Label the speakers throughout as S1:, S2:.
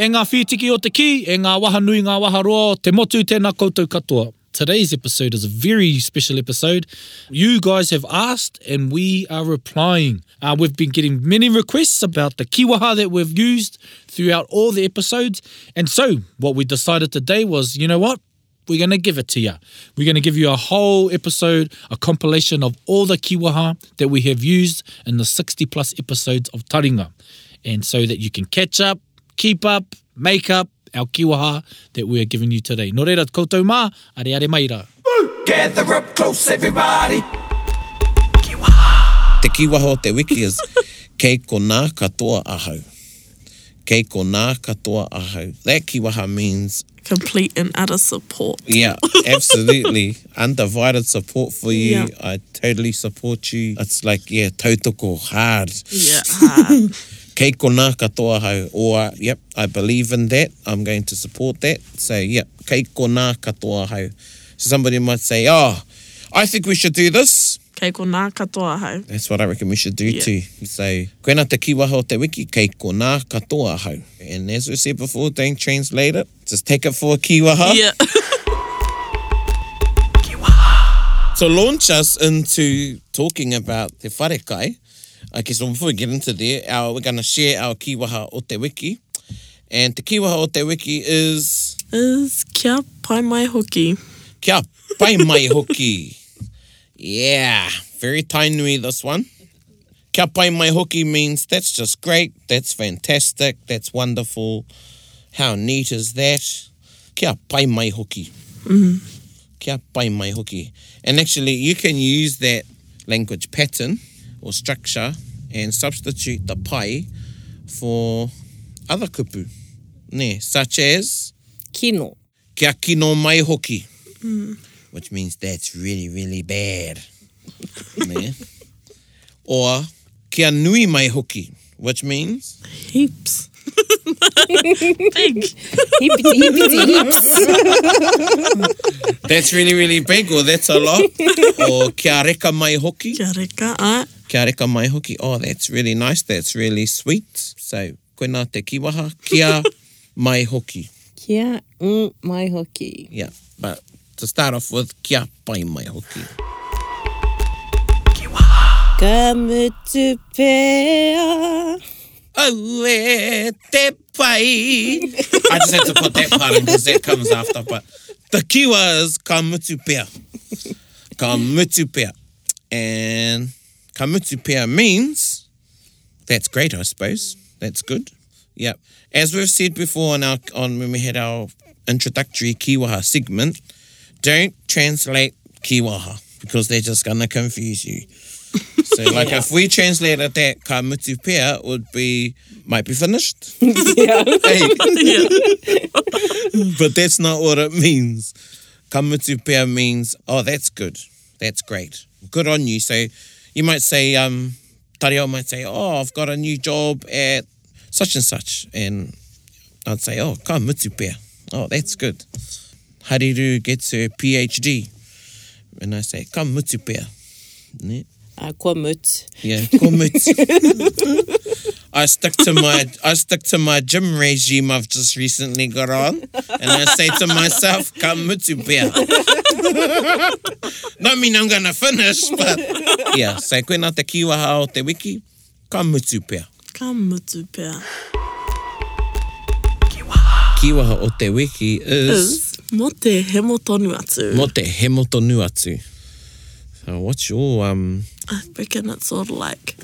S1: E ngā whitiki o te ki, e ngā waha nui, ngā waha roa, te motu tēnā koutou katoa. Today's episode is a very special episode. You guys have asked and we are replying. Uh, we've been getting many requests about the kiwaha that we've used throughout all the episodes. And so, what we decided today was you know what? We're going to give it to you. We're going to give you a whole episode, a compilation of all the kiwaha that we have used in the 60 plus episodes of Taringa. And so that you can catch up, keep up, make up our kiwaha that we are giving you today. Nō reira koutou mā, are are mai rā.
S2: Gather up close, everybody.
S3: Te kiwaho o te wiki is kei ko nā katoa ahau. Kei ko nā katoa ahau. That kiwaha means,
S4: complete and utter support.
S3: yeah, absolutely, undivided support for you.
S4: Yeah.
S3: I totally support you. It's like, yeah, tautoko, hard.
S4: Yeah. hard.
S3: Kei ko nā katoa ahau. Or, yep, I believe in that. I'm going to support that. So, yep, kei ko nā katoa ahau. So somebody might say, oh, I think we should do this.
S4: Kei ko nā katoa ahau.
S3: That's what I reckon we should do
S4: Yeah.
S3: too. So, koena te kiwaha o te wiki, kei ko nā katoa ahau. And as we said before, don't translate it. Just take it for a kiwaha.
S4: Yeah.
S3: To launch us into talking about te wharekai, okay, so before we get into there, our, we're going to share our kiwaha o te wiki. And te kiwaha o te wiki is
S4: Is kia pai mai hoki.
S3: kia pai mai hoki. Yeah, very tainui this one. Kia pai mai hoki means that's just great, that's fantastic, that's wonderful. How neat is that? Kia pai mai hoki. Mm-hmm. Kia pai mai hoki. And actually, you can use that language pattern or structure and substitute the pai for other kupu, ne, such as
S5: Kino.
S3: kia kino mai hoki. Which means that's really, really bad. ne? Or kia nui mai hoki, which means
S4: Heaps. Big.
S5: Hipiti, hipiti, hips.
S3: that's really, really big or that's a lot. or kia reka mai hoki.
S4: Kia reka. Ai.
S3: Kia reka mai hoki. Oh, that's really nice. That's really sweet. So, koena te kiwaha. Kia mai hoki.
S5: Kia mm, mai hoki.
S3: Yeah. But to start off with, kia pai mai hoki.
S5: Ka mutu pēa.
S3: Awe te pai. I just had to put that part in because that comes after. But the key was ka mutu pea. Ka mutu pea. And ka mutu pea means that's great, I suppose. That's good. Yep. As we've said before on our on when we had our introductory kiwaha segment, don't translate kiwaha because they're just gonna confuse you. So like if we translated that ka mutu pea would be might be finished.
S5: Yeah.
S3: Hey. but that's not what it means. Kamutu pea means, oh, that's good. That's great. Good on you. So you might say, um, Tareo might say, oh, I've got a new job at such and such. And I'd say, oh, kamutu pea. Oh, that's good. Hariru gets her PhD. And I say, kamutu pea. Ne?
S5: A kua mutu.
S3: Yeah, comments. I stick to my I stick to my gym regime I've just recently got on, and I say to myself, "Come mutupia." Not mean I'm gonna finish, but yeah. So koena te kiwaha o te wiki, come mutupia.
S4: Ka mutu pēr.
S3: Kiwaha o te wiki is
S4: Is mō te hemo tonu atu.
S3: mo te hemotonu atu. So what's your um?
S4: I reckon it's sort of like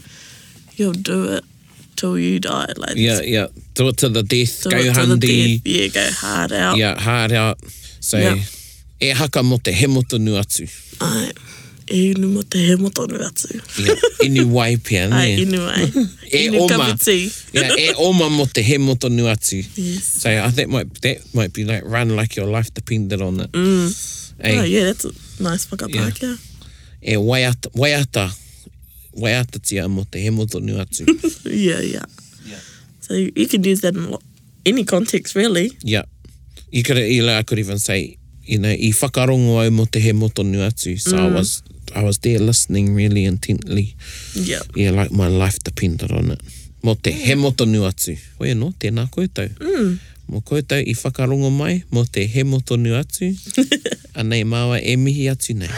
S4: you'll do it till Oh, you die. Like
S3: Yeah, yeah. Do it to the death.
S4: do
S3: Go
S4: it to the
S3: handi.
S4: death. Yeah, go hard out.
S3: Yeah, hard out. So,
S4: Yeah.
S3: e haka mo te he motu nu atu.
S4: Ai. e unu mo te he motonu atu.
S3: Ia, inu wai pia, ne?
S4: Ai, inu ai.
S3: E
S4: inu
S3: oma.
S4: kapu tea.
S3: yeah, e oma mo te he moto nu atu.
S4: Yes.
S3: So I think might, that might be like run like your life depended on it. Hey,
S4: Oh, yeah, that's a nice whakapākea. Yeah.
S3: E waiata, waiata, waiata tia mo te he moto nu atu.
S4: Yeah, yeah. So you you can use that in lo- any context, really.
S3: yeah. You could, you know, I could even say, you know, i whakarongo au mo te he moto nu atu. So I was, I was there listening really intently.
S4: Yeah.
S3: Yeah, like my life depended on it. Mō te he moto nu atu. Oia no, tēnā koutou. Mm. Mō koutou i whakarongo mai, mō te he moto nu atu. Anei māua e mihi atu nei.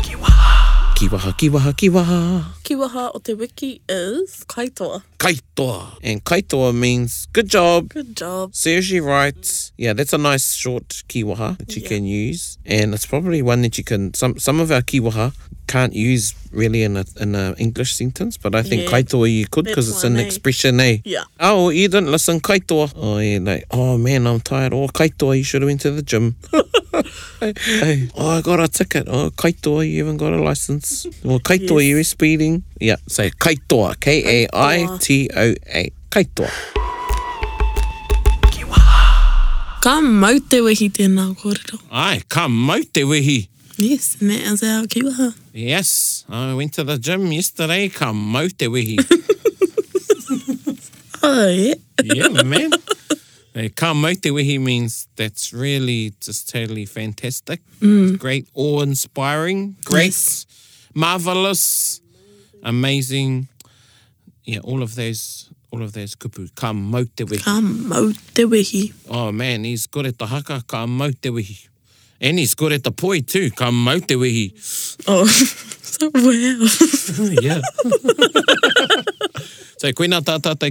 S3: Kiwaha. Kiwaha, kiwaha, kiwaha.
S4: Kiwaha o te wiki is kaitoa.
S3: Kaitoa. And kaitoa means good job.
S4: Good job.
S3: Serves you right. Yeah, that's a nice short kiwaha that you can use, and it's probably one that you can. Some some of our kiwaha can't use really in a in a English sentence, but I think
S4: Yeah.
S3: kaitoa you could because
S4: That's
S3: it's an
S4: one, eh?
S3: expression, eh?
S4: Yeah.
S3: Oh, you didn't listen, kaitoa. Oh, yeah, like oh man, I'm tired. Oh, kaitoa, you should have went to the gym. hey, oh, I got a ticket. Oh, kaitoa, you haven't got a license. Well, kaitoa, you were speeding. Yeah, so kaitoa, K A I T O A, kaitoa.
S4: Ka mau te wehi tēnā kōrero.
S3: Ai, ka mau te wehi.
S4: Yes, and that is our kiwaha.
S3: Yes, I went to the gym yesterday, ka mau te wehi.
S4: Oh, yeah.
S3: yeah, man. Uh, Ka mau te wehi means that's really just totally fantastic. Great, awe-inspiring, great,
S4: Yes.
S3: marvelous, amazing. Yeah, all of those, all of those kupu. Ka mau te wehi.
S4: Ka mau te wehi.
S3: Oh man, he's good at the haka, ka mau te wehi. And he's good at the poi too, ka mau te wehi.
S4: Oh, so wow.
S3: yeah. so koina tā tātou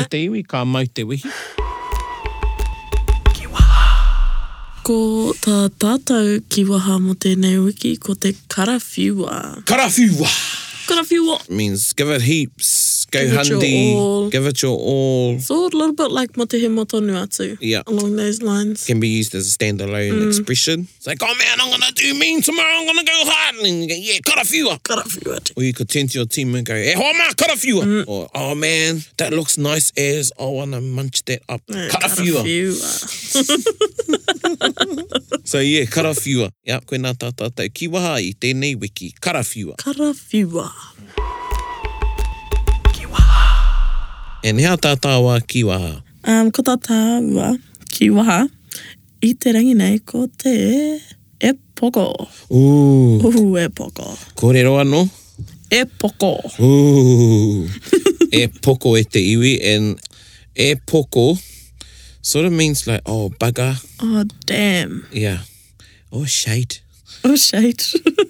S4: Ah.
S3: e te iwi, ka mau te wehi.
S4: ko tā tātou kiwaha mo tēnei wiki, ko te karawhiwa.
S3: Karawhiwa!
S4: Karawhiwa
S3: Means give it heaps, go
S4: Give it your
S3: handy,
S4: all.
S3: give it your all.
S4: So a little bit like mo te he motonu atu.
S3: Yeah.
S4: Along those lines.
S3: Can be used as a standalone
S4: Mm.
S3: expression. It's like, oh man, I'm gonna do mean tomorrow, I'm gonna go hard. And you go, yeah, karawhiwa.
S4: Karawhiwa atu.
S3: Or you could turn to your team and go, eh, ho ma, karawhiwa.
S4: Mm.
S3: Or, oh man, that looks nice as I wanna munch that up.
S4: Yeah,
S3: Karawhiwa.
S4: karawhiwa.
S3: So yeah, karawhiwa. Yeah, koina tā tātou kiwaha i tēnei wiki, karawhiwa.
S4: Karawhiwa.
S3: And hea tātāwa kiwaha.
S4: Um, ko tā tāua, kiwaha, i te rangi nei ko te e poko.
S3: Ooh.
S4: Uhu e poko.
S3: Kōrero anō.
S4: E poko.
S3: Ooh. e poko e te iwi and e poko sort of means like, oh, bugger.
S4: Oh, damn.
S3: Yeah. Oh, shite.
S4: Oh, shade.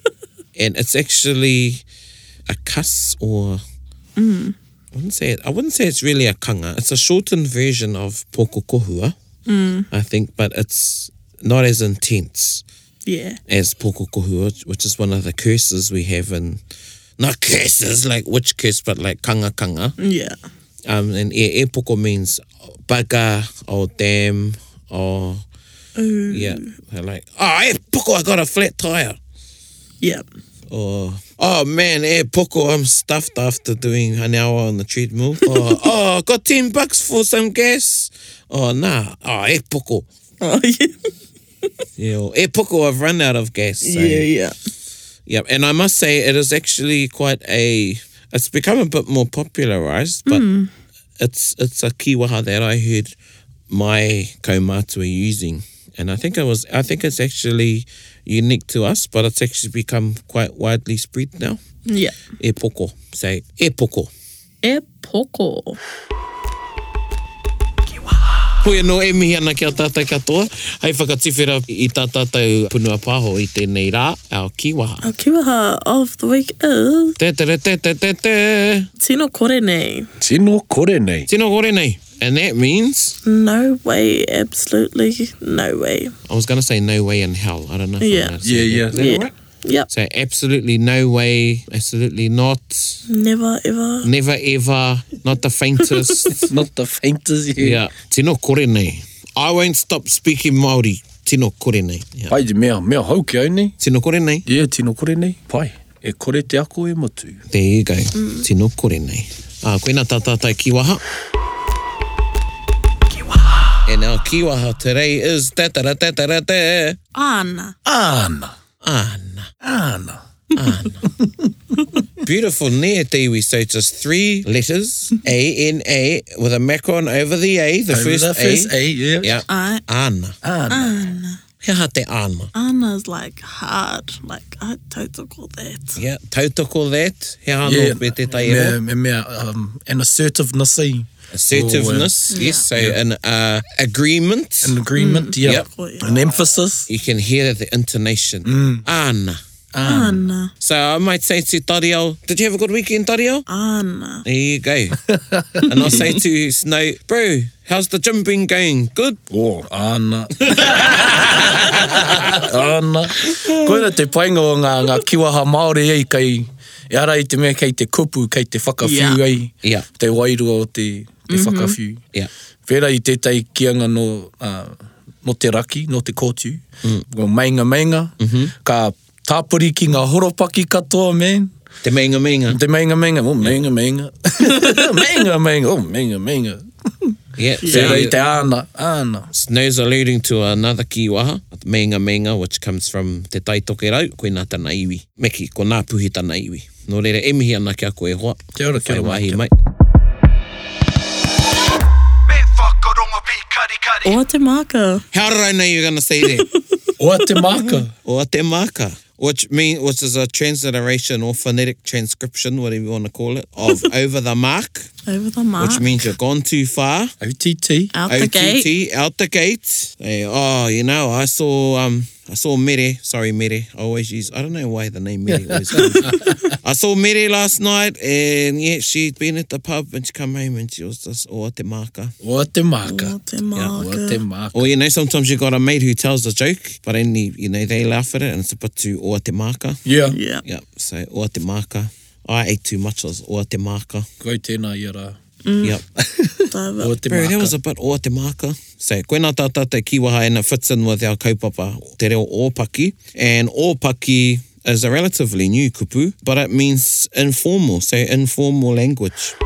S3: And it's actually a cuss or...
S4: Mm,
S3: I wouldn't say it. I wouldn't say it's really a kanga. It's a shortened version of poko kohua,
S4: mm,
S3: I think, but it's not as intense.
S4: yeah.
S3: as poko kohua, which is one of the curses we have in not curses like witch curse, but like kanga kanga.
S4: Yeah.
S3: Um, and e, e poko means bugger or damn or
S4: Ooh.
S3: yeah, they're like oh e poko, I got a flat tire
S4: Yeah.
S3: or oh man, e poko, I'm stuffed after doing an hour on the treadmill. or oh, I got ten bucks for some gas. Oh nah, oh e poko.
S4: Oh, yeah.
S3: Yeah, or, e poko, I've run out of gas. So.
S4: Yeah, yeah.
S3: Yep, and I must say it is actually quite a. It's become a bit more popularized, but it's it's a kiwaha that I heard my kaumātua using, and I think it was I think it's actually unique to us, but it's actually become quite widely spread now.
S4: Yeah.
S3: E poko, say e poko.
S4: E poko.
S3: Hoi anō e mihi ana kia tātai katoa. Hei whakatiwhera i tā tātou punua pāho i tēnei rā, our kiwaha.
S4: Our kiwaha Oh, of the week is
S3: Te te re te te te te.
S4: Tino Kore nei.
S6: Tino kore nei.
S3: Tino kore nei. And that means...
S4: No way, absolutely no way.
S3: I was going to say no way in hell. I don't know. If
S4: Yeah.
S6: Yeah, yeah.
S3: I'm allowed to say that. Is that
S4: Yeah.
S3: alright?
S4: Yep.
S3: So absolutely no way, absolutely not,
S4: Never ever.
S3: never ever, not the faintest.
S6: Not the faintest.
S3: yeah. Tino kore nei. I won't stop speaking Māori. Tino kore nei. Yeah.
S1: Pai te mea, mea hau ki au nei.
S3: Tino kore nei.
S1: Ia, tino kore nei. Pai, e kore te ako e motu.
S3: There you go. Mm. Tino kore nei. Uh, koe nā tātātai kiwaha. Kiwaha. And our kiwaha today is tatara tatara te.
S4: Āna.
S1: Āna,
S3: Ana.
S1: āna.
S3: Beautiful near Tiwi. So it's just three letters. A N A with a macron over the A, the
S1: Over
S3: first
S1: the first A, yeah.
S3: Yeah.
S4: Ai,
S3: Ana.
S1: Āna.
S3: Kia ha te ana.
S4: Āna's like hard. Like, I tautoko that.
S3: Yeah. Tautoko that. Hea anō
S1: Yeah,
S3: me te tai
S1: mea,
S3: ero.
S1: mea, mea, um, an assertiveness, eh?
S3: Assertiveness. Yes. So an uh, agreement.
S1: Oh, An agreement, yeah.
S3: Yep.
S4: Oh, yeah.
S1: An emphasis.
S3: You can hear the intonation. Mm. Ana.
S4: Āna.
S3: So I might say to Tario, did you have a good weekend, Tario?
S4: Āna.
S3: There you go. and I'll say to Snow, bro, how's the gym been going? Good.
S1: Oh, āna. āna. Koina te painga o ngā, ngā kiwaha Māori ei kei, e ara i te mea kei te kupu, kei te whakawhiu
S4: Yeah.
S1: ei.
S3: Yeah.
S1: Te wairua o te, te mm -hmm. whakawhiu.
S3: Yeah.
S1: Pērā i tētai kianga no, uh, no te raki, no te kōtu, mm. mainga mainga, mm
S3: Mm-hmm.
S1: -hmm. ka tāpuri ki ngā horopaki katoa, man.
S3: Te meinga meinga.
S1: Te mainga mainga, oh, mainga mainga. mainga mainga, oh, mainga mainga.
S3: Yeah.
S1: Pērā i te āna, āna.
S3: Snow's alluding to another kiwaha, meinga meinga, which comes from te tai toke rau, koe nā tana iwi. Meki, ko nā puhi tana iwi. Nō reira, e mihi ana kia koe hoa.
S1: Kia ora, kia ora,
S3: Whai wahi,
S1: kia
S3: mate.
S7: Me whakarongo pi kari kari.
S4: Oa te māka.
S3: How did I know you were going to say that?
S1: Oa te māka.
S3: Oa te maka. Which mean, which is a transliteration or phonetic transcription, whatever you want to call it, of over the mark,
S4: Over the mark.
S3: which means you've gone too far.
S1: OTT.
S4: Out the gate.
S3: OTT, out the gate. Hey, oh, you know, I saw um, I saw Mere. Sorry, Mere. I always use. I don't know why the name Mere always. comes. I saw Mere last night, and yeah, she'd been at the pub, and she come home, and she was just oh, te maka.
S1: Oa te
S4: Oa
S1: māka.
S4: te
S1: Oa
S4: māka.
S1: te māka.
S3: Or you know, sometimes you got a mate who tells a joke, but only you know they laugh at it, and it's a bit too oh, te maka.
S1: Yeah.
S4: Yeah.
S3: Yeah. So oh, te maka. I ate too much. I was oh, te maka.
S1: Koe tēnā i rā.
S4: Mm.
S3: Yep.
S4: Tāua.
S1: Oa te
S3: Bro, that was
S1: māka.
S3: a bit o te maka. So, koe nā tātā te kiwaha and it fits in with our kaupapa, te reo ōpaki. And ōpaki is a relatively new kupu, but it means informal, so informal language.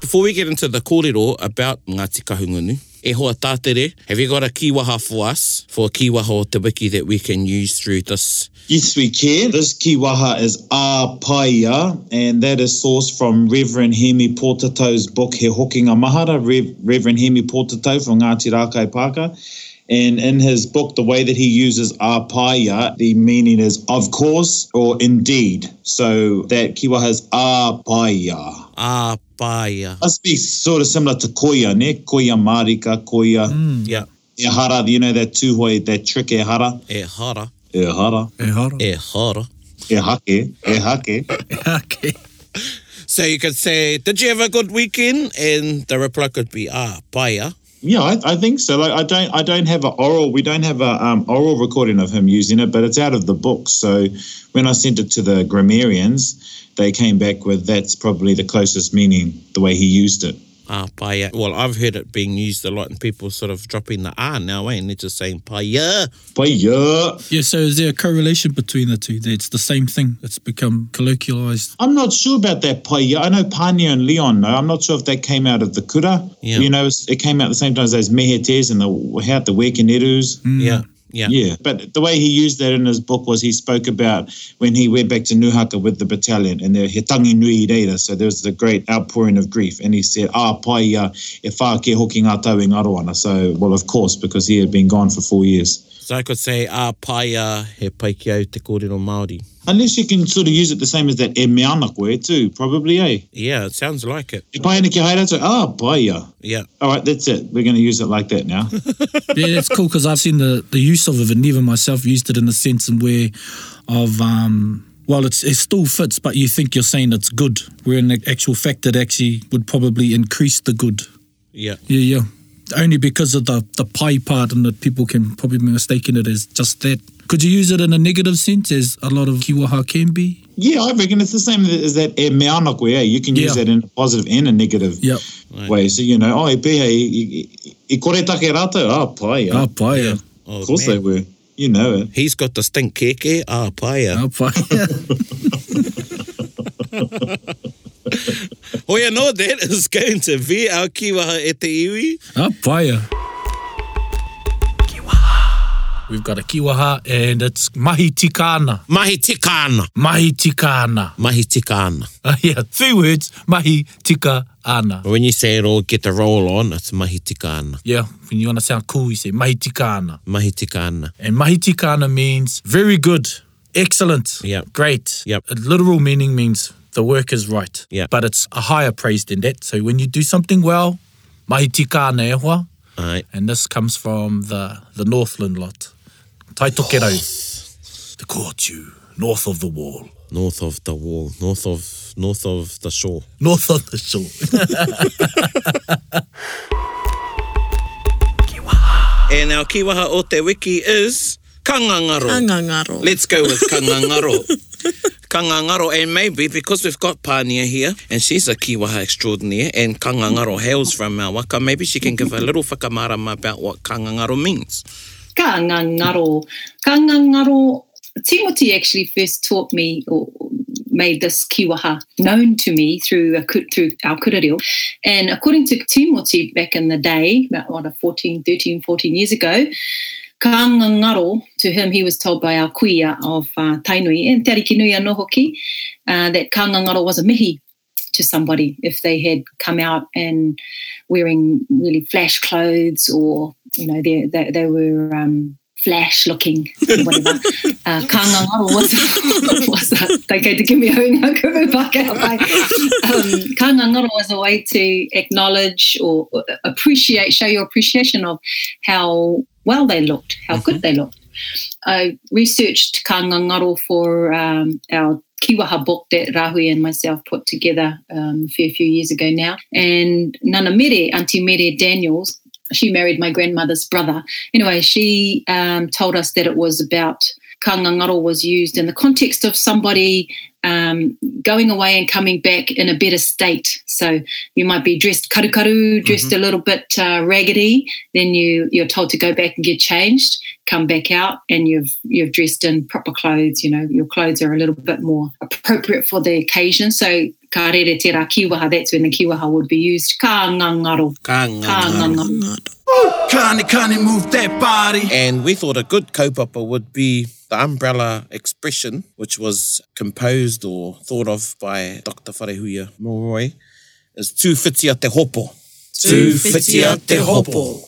S3: Before we get into the kōrero about Ngāti Kahungunu, e hoa tātere, have you got a kiwaha for us, for a kiwaha o te wiki that we can use through this?
S8: Yes, we can. This kiwaha is A Paia, and that is sourced from Reverend Hemi Portato's book, He Hokinga Mahara, Rev- Reverend Hemi Portato from Ngāti Rākai Pāka. And in his book, the way that he uses A Paia, the meaning is of course or indeed. So that kiwaha is A Paia.
S3: Ah, paia.
S8: Must be sort of similar to koia, ne? Koia marika, koia
S3: Yeah.
S8: e hara. You know that tuhoi, that trick e hara?
S3: E hara.
S8: E hara,
S1: E hara.
S3: E hara.
S8: e hake, e hake.
S1: Okay.
S3: So you could say, "Did you have a good weekend?" And the reply could be, "Ah, paia."
S8: Yeah, I, I think so. Like I don't, I don't have an oral. We don't have a um, oral recording of him using it, but it's out of the book. So when I sent it to the grammarians, they came back with that's probably the closest meaning the way he used it.
S3: Ah, paia. Well, I've heard it being used a lot, and people sort of dropping the ah now, eh? and they're just saying paia.
S8: But yeah,
S9: Yeah, so is there a correlation between the two? It's the same thing. It's become colloquialized.
S8: I'm not sure about that paia. I know Pania and Leon know. I'm not sure if that came out of the kura.
S3: Yeah.
S8: You know, it's- it came out the same time as those mehetes and the how the wekinerus.
S3: Mm. Yeah, yeah,
S8: Yeah, but the way he used that in his book was he spoke about when he went back to Nuhaka with the battalion and the he tangi nui reira. So there was the great outpouring of grief, and he said, "Ah, pai uh, e wha ke hoki ngā tau e ngaroana." So, well, of course, because he had been gone for four years.
S3: So I could say ah paia he paikio te kōrero Māori.
S8: Unless you can sort of use it the same as that e meana koe too, probably, eh?
S3: Yeah, it sounds like it.
S8: E pai ana ki haere tau, ah, pai uh.
S3: Yeah,
S8: All right, that's it. We're going to use it like that now.
S9: Yeah, that's cool because I've seen the, the use of it and even myself used it in a sense and where of, um, well, it's, it still fits, but you think you're saying it's good, where in actual fact it actually would probably increase the good.
S3: yeah,
S9: Yeah, yeah. Only because of the, the pie part and that people can probably be mistaken it as just that.
S1: Could you use it in a negative sense as a lot of kiwaha can be?
S8: Yeah, I reckon it's the same as that e mea ana koe, eh? You can use
S1: Yeah.
S8: that in a positive and a negative
S1: Yep.
S8: way. So, you know, oh, e pēhei, i, i, i kore take rātou, ah, pai,
S1: Yeah.
S8: ah,
S1: Ah, pai, yeah.
S3: Oh,
S8: of course
S3: man.
S8: they were. You know it.
S3: He's got the stink keke. Ah, paia.
S1: ah, pai.
S3: Oh yeah, no, that is going to be our kiwaha e te iwi.
S1: ah, pai. We've got a kiwaha and it's mahi tikana.
S3: Mahi tikana.
S1: Mahi tikana.
S3: Mahi tikana.
S1: yeah, three words, mahi tikana.
S3: When you say it all, get the roll on, it's mahi tikana.
S1: Yeah, when you want to sound cool, you say mahi tikana.
S3: Mahi tikana.
S1: And mahi tikana means very good, excellent,
S3: Yep.
S1: great.
S3: Yep.
S1: A literal meaning means the work is right.
S3: Yep.
S1: But it's a higher praise than that. So when you do something well, mahi tikana e hoa.
S3: Alright.
S1: And this comes from the, the Northland lot. Taitokerau.
S3: Oh.
S1: the Kortu, north of the wall.
S3: North of the wall. North of north of the shore.
S1: North of the shore.
S3: And our Eh, kiwaha o te wiki is kangangaro.
S4: Angangaro.
S3: Let's go with Kangangaro. Kangangaro, and maybe because we've got Pania here, and she's a Kiwaha extraordinaire, and Kangangaro hails from our waka, maybe she can give a little whakamarama about what Kangangaro means.
S10: Ka ngangaro. Ka ngangaro. Timothy actually first taught me or made this kiwaha known to me through a, ku- through our kurereo. And according to Timothy back in the day, about what, 14, 13, 14 years ago, ka ngangaro, to him he was told by our kuia of uh, Tainui and Tariki Nui anō hoki uh, that ka ngangaro was a mihi to somebody if they had come out and wearing really flash clothes or you know they they, they were um, flash looking whatever. uh, kangangaro was was a, they going to give me a hoonga kuru back out by um, kangangaro was a way to acknowledge or appreciate show your appreciation of how well they looked how good they looked I researched kangangaro for um, our Kiwaha book that Rahui and myself put together um, a fair few years ago now. And Nana Mere, Auntie Mere Daniels, she married my grandmother's brother. Anyway, she um, told us that it was about kangangaro was used in the context of somebody um, going away and coming back in a better state. So you might be dressed karukaru, dressed a little bit uh, raggedy, then you, you're told to go back and get changed come back out and you've you've dressed in proper clothes you know your clothes are a little bit more appropriate for the occasion so ka rere te rā kiwaha that's when the kiwaha would be used ka ngangaro ka
S3: Kangangaro.
S10: ngangaro
S11: Kani kani move that body.
S3: And we thought a good kaupapa would be the umbrella expression, which was composed or thought of by Dr. Wharehuia Moroi, is tūwhitia te hopo.
S4: Tūwhitia te hopo.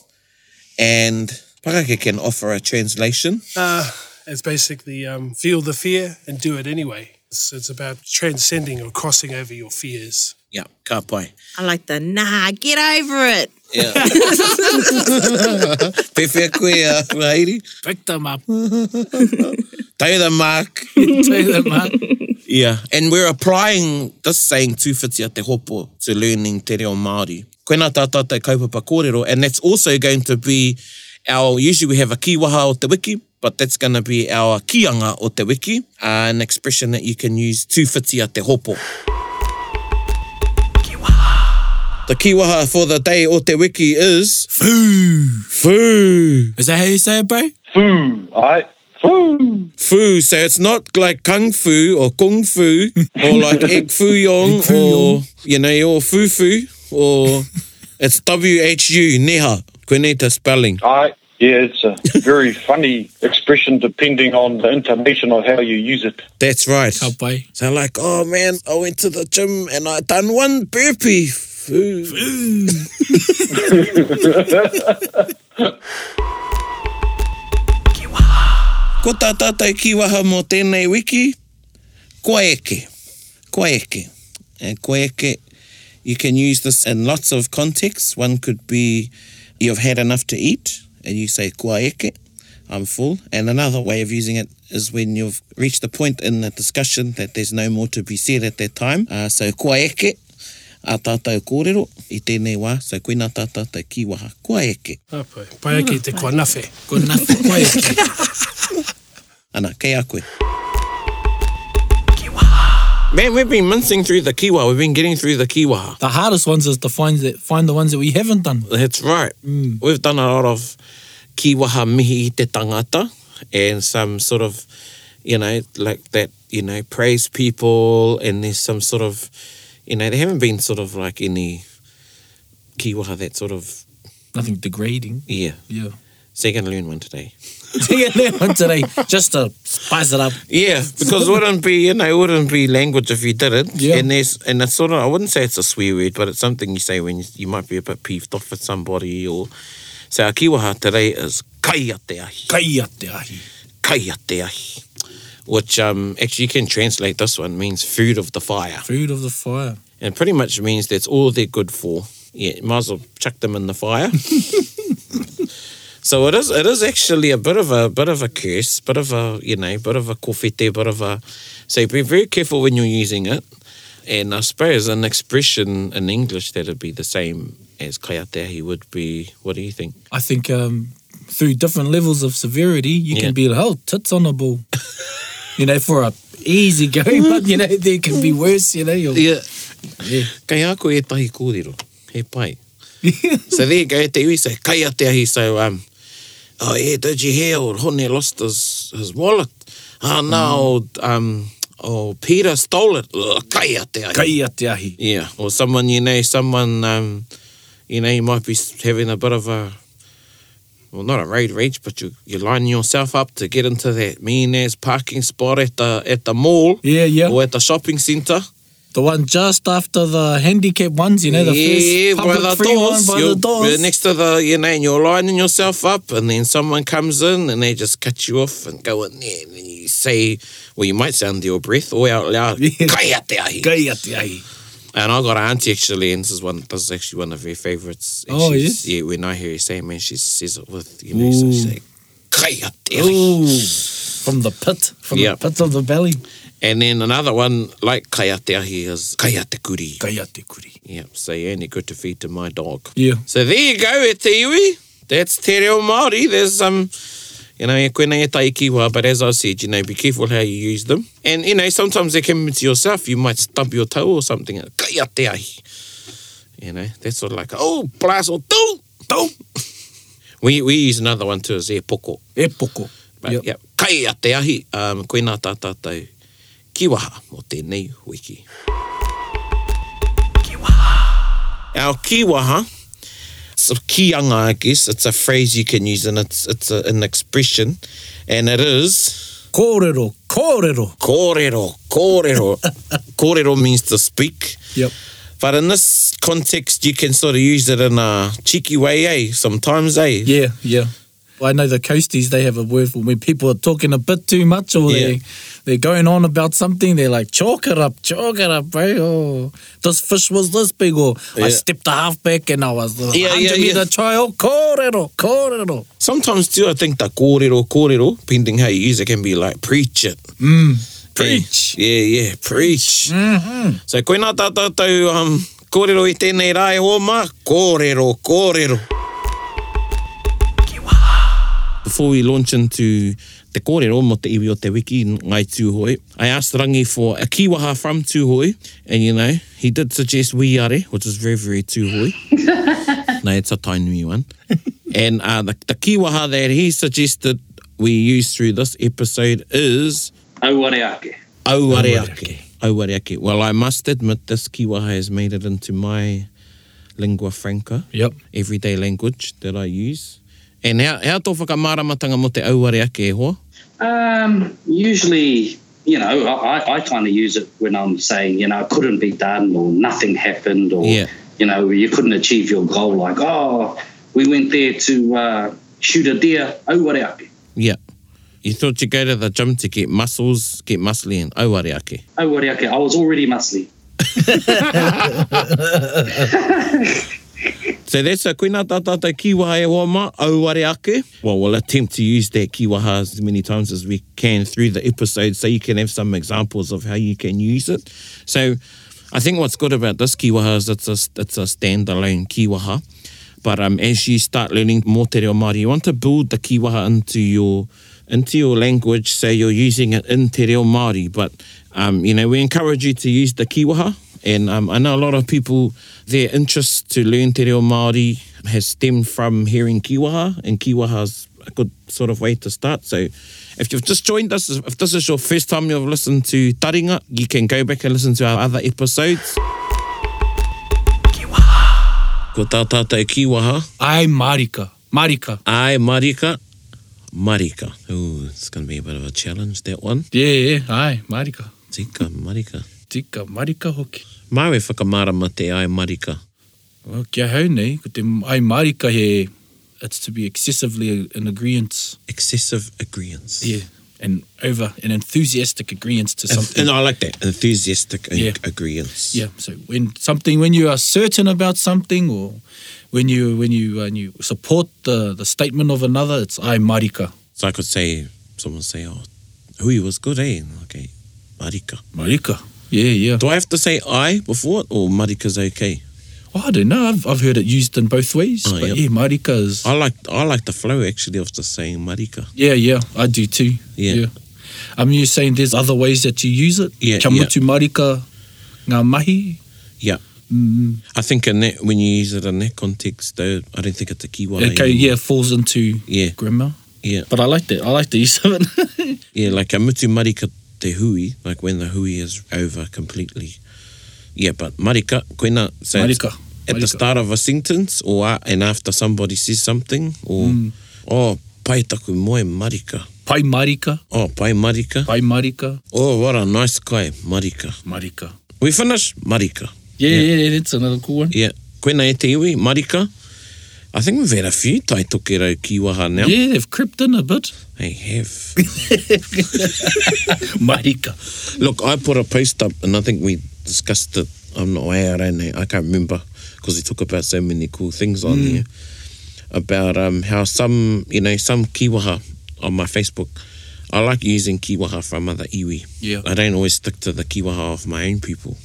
S3: And Pakake can offer a translation.
S12: Uh, It's basically um, feel the fear and do it anyway. It's, it's about transcending or crossing over your fears.
S3: Yeah, ka pai.
S13: I like the nah, get over it.
S3: Yeah. Pewhia koe a Rairi.
S1: Pick them up.
S3: Tau the mark.
S1: Say that, man.
S3: Yeah. And we're applying this saying tūwhitia te hopo to learning te reo Māori. Koena tātā te kaupapa kōrero. And that's also going to be our, usually we have a kiwaha o te wiki, but that's going to be our kianga o te wiki, uh, an expression that you can use tūwhitia te hopo. The kiwaha for the day o te wiki is
S1: Foo.
S3: foo.
S1: Is that how you say it, bro?
S3: Fu, so it's not like kung fu or kung fu or like egg foo yong or, you know, or foo foo or it's W-H-U, neha. Koe nei te spelling.
S14: I, yeah, it's a very funny expression depending on the intonation of how you use it.
S3: That's right.
S1: Ka pai.
S3: So like, oh man, I went to the gym and I done one burpee. Foo. Ko tā tātou ki waha mō tēnei wiki, koe eke. Koe eke. And koe eke, you can use this in lots of contexts. One could be you've had enough to eat and you say koe eke, I'm full. And another way of using it is when you've reached the point in the discussion that there's no more to be said at that time. Uh, so koe eke, a tātou kōrero i tēnei wā. So koe nā tātou ki waha, koe eke.
S12: Apo, pai ake te koanafe.
S1: Ko na whakapai.
S4: Ana, kei a koe.
S3: Man, we've been mincing through the kiwa. We've been getting through the kiwa.
S15: The hardest ones is to find that find the ones that we haven't done.
S3: That's right.
S15: Mm.
S3: We've done a lot of kiwaha mihi i te tangata and some sort of, you know, like that, you know, praise people and there's some sort of, you know, there haven't been sort of like any kiwaha that sort of...
S15: Nothing degrading.
S3: Yeah.
S15: Yeah.
S3: So you're going to learn one today.
S15: So you learn one today just to spice it up.
S3: Yeah, because it wouldn't be you know it wouldn't be language if you did it.
S15: Yeah.
S3: And there's and it's sort of I wouldn't say it's a swear word, but it's something you say when you, you might be a bit peeved off at somebody or so our kiwaha today is kai a te ahi.
S15: Kai a te ahi.
S3: Kai a te ahi. Which um actually you can translate this one means food of the fire.
S15: Food of the fire.
S3: And pretty much means that's all they're good for. Yeah, might as well chuck them in the fire. so it is it is actually a bit of a bit of a curse, bit of a you know, bit of a kofete, bit of a so be very careful when you're using it. And I suppose an expression in English that'd be the same as kayatehi would be what do you think?
S15: I think um, through different levels of severity, you
S3: Yeah.
S15: can be like, oh, tits on a ball. you know, for a easy go, but you know, there can be worse, you know. You'll,
S3: yeah. Kei a koe e tahi kōrero, he pai. so there you go, e te iwi say, kei a te ahi, so, um, oh yeah, did you hear old Hone lost his, his wallet? Oh no, mm. um, oh, Peter stole it. Ugh, Kei a te ahi.
S15: Kei a te ahi.
S3: Yeah, or someone, you know, someone, um, you know, you might be having a bit of a, well, not a road rage, but you, you're lining yourself up to get into that mean ass parking spot at the, at the mall.
S15: Yeah, yeah.
S3: Or at the shopping centre.
S15: The one just after the handicap ones, you know,
S3: Eh,
S15: the
S3: yeah,
S15: first public
S3: by the
S15: free
S3: doors.
S15: one by
S3: you're,
S15: the doors.
S3: you're next to the, you know, and you're lining yourself up, and then someone comes in and they just cut you off and go in there, and then you say, well, you might sound your breath all out loud. "Kai a te ahi."
S15: Kei a te ahi.
S3: And I got an auntie actually, and this is one. This is actually one of her favourites. And
S15: Oh,
S3: she's- Yeah, when I hear her say, man, she says it with you know,
S15: Ooh.
S3: so she's like, "Kai a te ahi."
S15: Ooh, from the pit, from
S3: Yeah.
S15: the pit of the belly.
S3: And then another one like "Kai a te ahi" is "Kai a te kuri."
S15: Kai a te kuri.
S3: Yeah, so you're only good to feed to my dog.
S15: Yeah.
S3: So there you go, e te iwi. That's te reo Māori. There's um, you know, e koena e tai kiwa, but as I said, you know, be careful how you use them. And, you know, sometimes they come into yourself. You might stump your toe or something. Kai a te ahi. You know, that's sort of like, oh, blast or don't, don't. we, we use another one too, is e poko.
S15: E poko.
S3: But, yep. yep. Kai a te ahi. Um, koena tā tātou kiwaha o tēnei wiki. Our kiwaha, it's a kianga, I guess. It's a phrase you can use and it's it's a, an expression. And it is...
S15: Kōrero, kōrero.
S3: Kōrero, kōrero. kōrero means to speak.
S15: Yep.
S3: But in this context, you can sort of use it in a cheeky way, eh? Sometimes, eh?
S15: Yeah, yeah. I know the coasties, they have a word for when people are talking a bit too much or they, they're going on about something, they're like, chalk it up, chalk it up, bro. Oh, this fish was this big, or
S3: Yeah.
S15: I stepped a half back and I was the
S3: Yeah,
S15: 100
S3: yeah, yeah.
S15: meter trial, kōrero, kōrero.
S3: Sometimes, too, I think that kōrero, kōrero, depending how you use it, can be like, preach it.
S15: Mm.
S3: Preach. Yeah, yeah, preach. Mm-hmm. So koina tā tātou, um, kōrero i tēnei rā e oma, kōrero, kōrero. Before we launch into te kōrero mo te iwi o te wiki ngai Tūhoe, I asked Rangi for a kiwaha from Tūhoe, and you know, he did suggest Wiare, which is very, very Tūhoe. no, it's a Tainui one. and uh, the, the kiwaha that he suggested we use through this episode is...
S16: Auareake.
S3: Auareake. Auareake. Well, I must admit this kiwaha has made it into my lingua franca,
S15: yep.
S3: everyday language that I use. And how, how tō whakamāramatanga mo te auareake e hoa?
S16: Um, usually, you know, I, I- I kind of use it when I'm saying, you know, it couldn't be done or nothing happened or,
S3: Yeah.
S16: you know, you couldn't achieve your goal. Like, oh, we went there to uh, shoot a deer, auareake.
S3: Yeah. You thought you go to the gym to get muscles, get muscly and auareake.
S16: Auareake, I was already muscly.
S3: So that's a koina tātātai kiwaha e hoa ma, auareake. Well, we'll attempt to use that kiwaha as many times as we can through the episode so you can have some examples of how you can use it. So I think what's good about this kiwaha is it's a, it's a standalone kiwaha. But um, as you start learning more te reo Māori, you want to build the kiwaha into your into your language so you're using it in te reo Māori. But, um, you know, we encourage you to use the kiwaha. And um, I know a lot of people, their interest to learn te reo Māori has stemmed from hearing kiwaha, and kiwaha's a good sort of way to start. So if you've just joined us, if this is your first time you've listened to Taringa, you can go back and listen to our other episodes. Ko tā tātou kiwaha.
S1: Ai marika. Marika.
S3: Ai marika. Marika. Ooh, it's going to be a bit of a challenge, that one.
S1: Yeah, yeah, ai, marika.
S3: Tika marika.
S1: Tika marika hoki.
S3: Māwe whakamārama te ai marika.
S1: Well, kia hau nei, ko te ai marika he, it's to be excessively in agreement.
S3: Excessive agreeance.
S1: Yeah, and over, an enthusiastic agreement to something.
S3: And I like that. Enthusiastic
S1: Yeah.
S3: yeah. agreeance.
S1: Yeah. So when something, when you are certain about something, or when you when you when you support the the statement of another, it's ai marika.
S3: So I could say, someone say, oh, hui was good, eh? And, Okay, marika.
S1: Marika. Yeah, yeah.
S3: Do I have to say I before it or marika's okay?
S1: Oh, I don't know. I've, I've heard it used in both ways,
S3: Oh,
S1: but
S3: yep.
S1: yeah, marika is.
S3: I like I like the flow actually of just saying marika.
S1: Yeah, yeah, I do too.
S3: Yeah.
S1: I'm you saying there's other ways that you use it.
S3: Yeah,
S1: Kia
S3: yeah.
S1: mutu marika ngā mahi.
S3: Yeah.
S1: Mm,
S3: I think in that when you use it in that context though, I don't think it's a kiwa. eh?
S1: okay, yeah, falls into
S3: Yeah.
S1: grammar.
S3: Yeah.
S1: But I like that. I like the use of it.
S3: Yeah, like a mutu marika te hui, like when the hui is over completely. Yeah, but marika, koina, so it's
S1: Marika,
S3: at the
S1: marika.
S3: start of a sentence or a- and after somebody says something or,
S1: Mm.
S3: oh, pai taku moe marika.
S1: Pai marika.
S3: Oh, pai marika.
S1: Pai marika.
S3: Oh, what a nice guy, marika.
S1: Marika.
S3: We finish, marika.
S1: Yeah, yeah, yeah, that's another cool one.
S3: Yeah, koina e te iwi, marika. I think we've had a few taitoke rau ki waha now.
S1: Yeah, they've crept in a bit.
S3: They have.
S1: Marika.
S3: Look, I put a post up and I think we discussed it. I'm not aware, I don't know. I can't remember because we talk about so many cool things on
S17: Mm.
S3: there about um, how some, you know, some kiwaha on my Facebook. I like using kiwaha from other iwi.
S1: Yeah.
S3: I don't always stick to the kiwaha of my own people.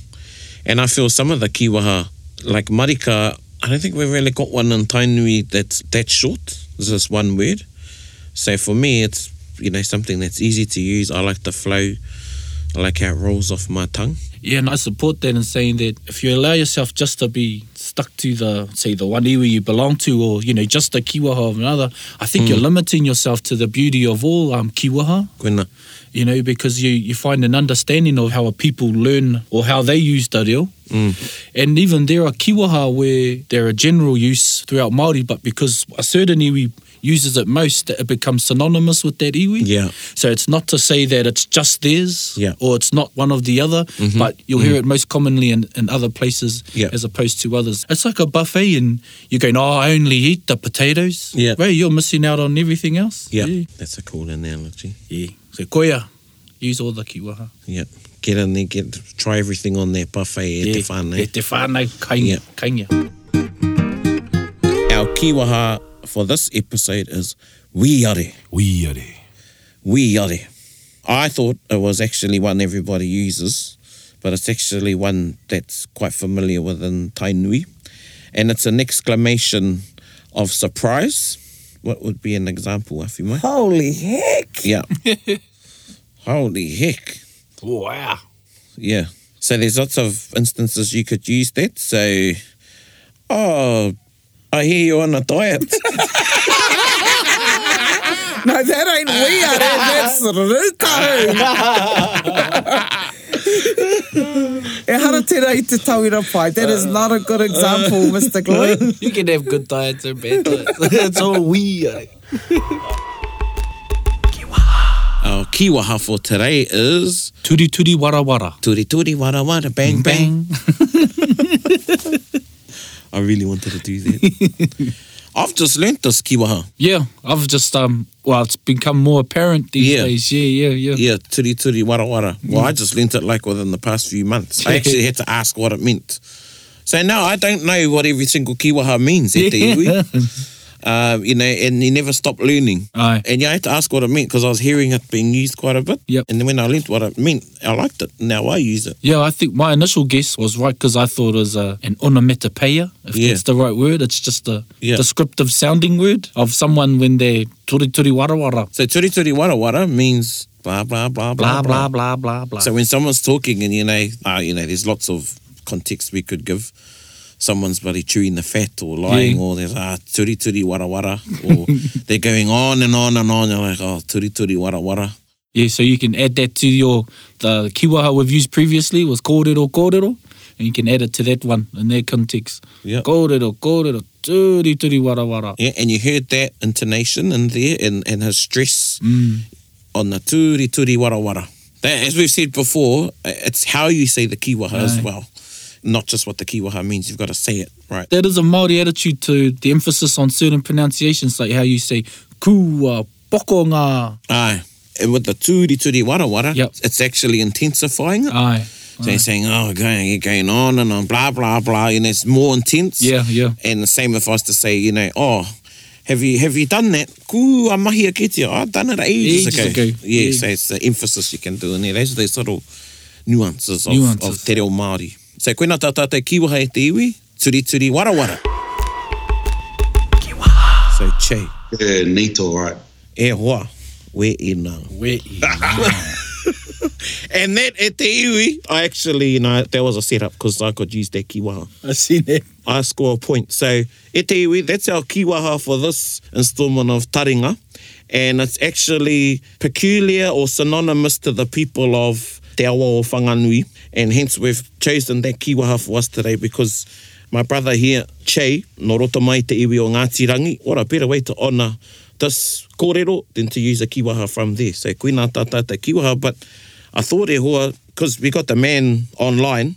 S3: And I feel some of the kiwaha, like marika, I don't think we've really got one in Tainui that's that short. It's just one word. So for me, it's, you know, something that's easy to use. I like the flow. I like how it rolls off my tongue.
S1: Yeah, and I support that in saying that if you allow yourself just to be stuck to the say the one iwi you belong to, or you know just the kiwaha of another, I think
S3: Mm.
S1: you're limiting yourself to the beauty of all um, kiwaha.
S3: Koina.
S1: You know because you you find an understanding of how a people learn or how they use the reo.
S3: Mm.
S1: And even there are kiwaha where there are general use throughout Māori, but because a certain iwi uses it most, it becomes synonymous with that iwi.
S3: Yeah.
S1: So it's not to say that it's just theirs
S3: Yeah.
S1: or it's not one of the other,
S15: Mm-hmm.
S3: Mhm.
S1: but you'll hear
S15: Mm.
S3: Mhm.
S1: it most commonly in, in other places
S3: Yeah.
S1: as opposed to others. It's like a buffet and you're going, oh, I only eat the potatoes.
S3: Yeah.
S1: Right, you're missing out on everything else.
S3: Yeah. That's a cool analogy.
S1: Yeah. So koia, use all the kiwaha.
S3: Yeah. Get in there, get try everything on that buffet. E yeah. te whānau.
S1: E te whānau, kainga,
S3: Yeah.
S1: kainga.
S3: Our kiwaha for this episode is Weare.
S11: Weare.
S3: Weare. I thought it was actually one everybody uses, but it's actually one that's quite familiar within Tainui. And it's an exclamation of surprise. What would be an example, Awhimai?
S18: Holy heck!
S3: Yeah. Holy heck.
S18: Wow.
S3: Yeah. So there's lots of instances you could use that. So, oh, I hear you're on a diet.
S18: No, that ain't we are. That's Ruto. e hara tērā i te tauira pai. That is not a good example, Mr. Gloy.
S15: you can have good diets and bad diets. it's all we eh? are.
S3: Our kiwaha for today is
S1: Turi turi wara wara.
S3: Turi turi wara wara, bang bang. I really wanted to do that. I've just learnt this kiwaha.
S1: Yeah, I've just um. Well, it's become more apparent these
S3: Yeah.
S1: days. Yeah, yeah, yeah.
S3: Yeah, turi turi wara wara. Well, I just learnt it like within the past few months. I actually had to ask what it meant. So now I don't know what every single kiwaha means. e te iwi. uh, you know, and he never stopped learning.
S1: Aye.
S3: And yeah, I had to ask what it meant because I was hearing it being used quite a bit. Yep. And then when I learnt what it meant, I liked it. Now I use it.
S15: Yeah, I think my initial guess was right because I thought it was a, an onomatopoeia, if
S3: Yeah.
S15: that's the right word. It's just a
S3: Yeah.
S15: descriptive sounding word of someone when they turituri warawara.
S3: So turi turi wara wara means blah blah blah
S15: Blah, blah, blah, blah, blah.
S3: So when someone's talking and you know, uh, you know, there's lots of context we could give. Someone's bloody chewing the fat or lying
S15: Yeah.
S3: or there's ah turi turi wara wara or they're going on and on and on. You're like oh turi turi wara wara.
S15: Yeah, so you can add that to your the kiwaha we've used previously was kōrero kōrero, and you can add it to that one in that context.
S3: Yeah.
S15: Kōrero kōrero turituri warawara.
S3: Yeah, and you heard that intonation in there and and her stress
S15: Mm.
S3: on the turi turi wara wara. That, as we've said before, i- it's how you say the kiwaha as
S15: Aye.
S3: well, not just what the kiwaha means. You've got to say it right.
S15: That is a Maori attitude to the emphasis on certain pronunciations, like how you say kua pokonga.
S3: Aye. And with the turi turi wara wara, it's actually intensifying
S1: Ah.
S3: it.
S15: Aye.
S3: So you're saying, oh, going, you're going on and on, blah, blah, blah, and it's more intense.
S15: Yeah, yeah.
S3: And the same if I was to say, you know, oh, have you have you done that? Ku a mahi a kitea. I've done it ages,
S15: Ages ago.
S3: Yeah,
S15: Yeah.
S3: so it's the emphasis you can do in there. Those are the sort of nuances,
S15: Nuances.
S3: Of, of te reo Māori. So koe nā tātātai kiwaha e te iwi, turi turi wara wara. Kiwaha. So che.
S17: Yeah, Nito, right?
S3: E hoa, we i nā.
S15: We
S3: And that at the iwi, I actually, you know, that was a setup because I could use that kiwaha.
S15: I seen it.
S3: I score a point. So, e te iwi, that's our kiwaha for this installment of Taringa. And it's actually peculiar or synonymous to the people of Te Awa o Whanganui. And hence we've chosen that kiwaha for us today because my brother here, Che, no roto mai te iwi o Ngāti Rangi. What a better way to honour this kōrero than to use a kiwaha from there. So, koe nā tātā te kiwaha, but I thought e hoa, because we got the man online,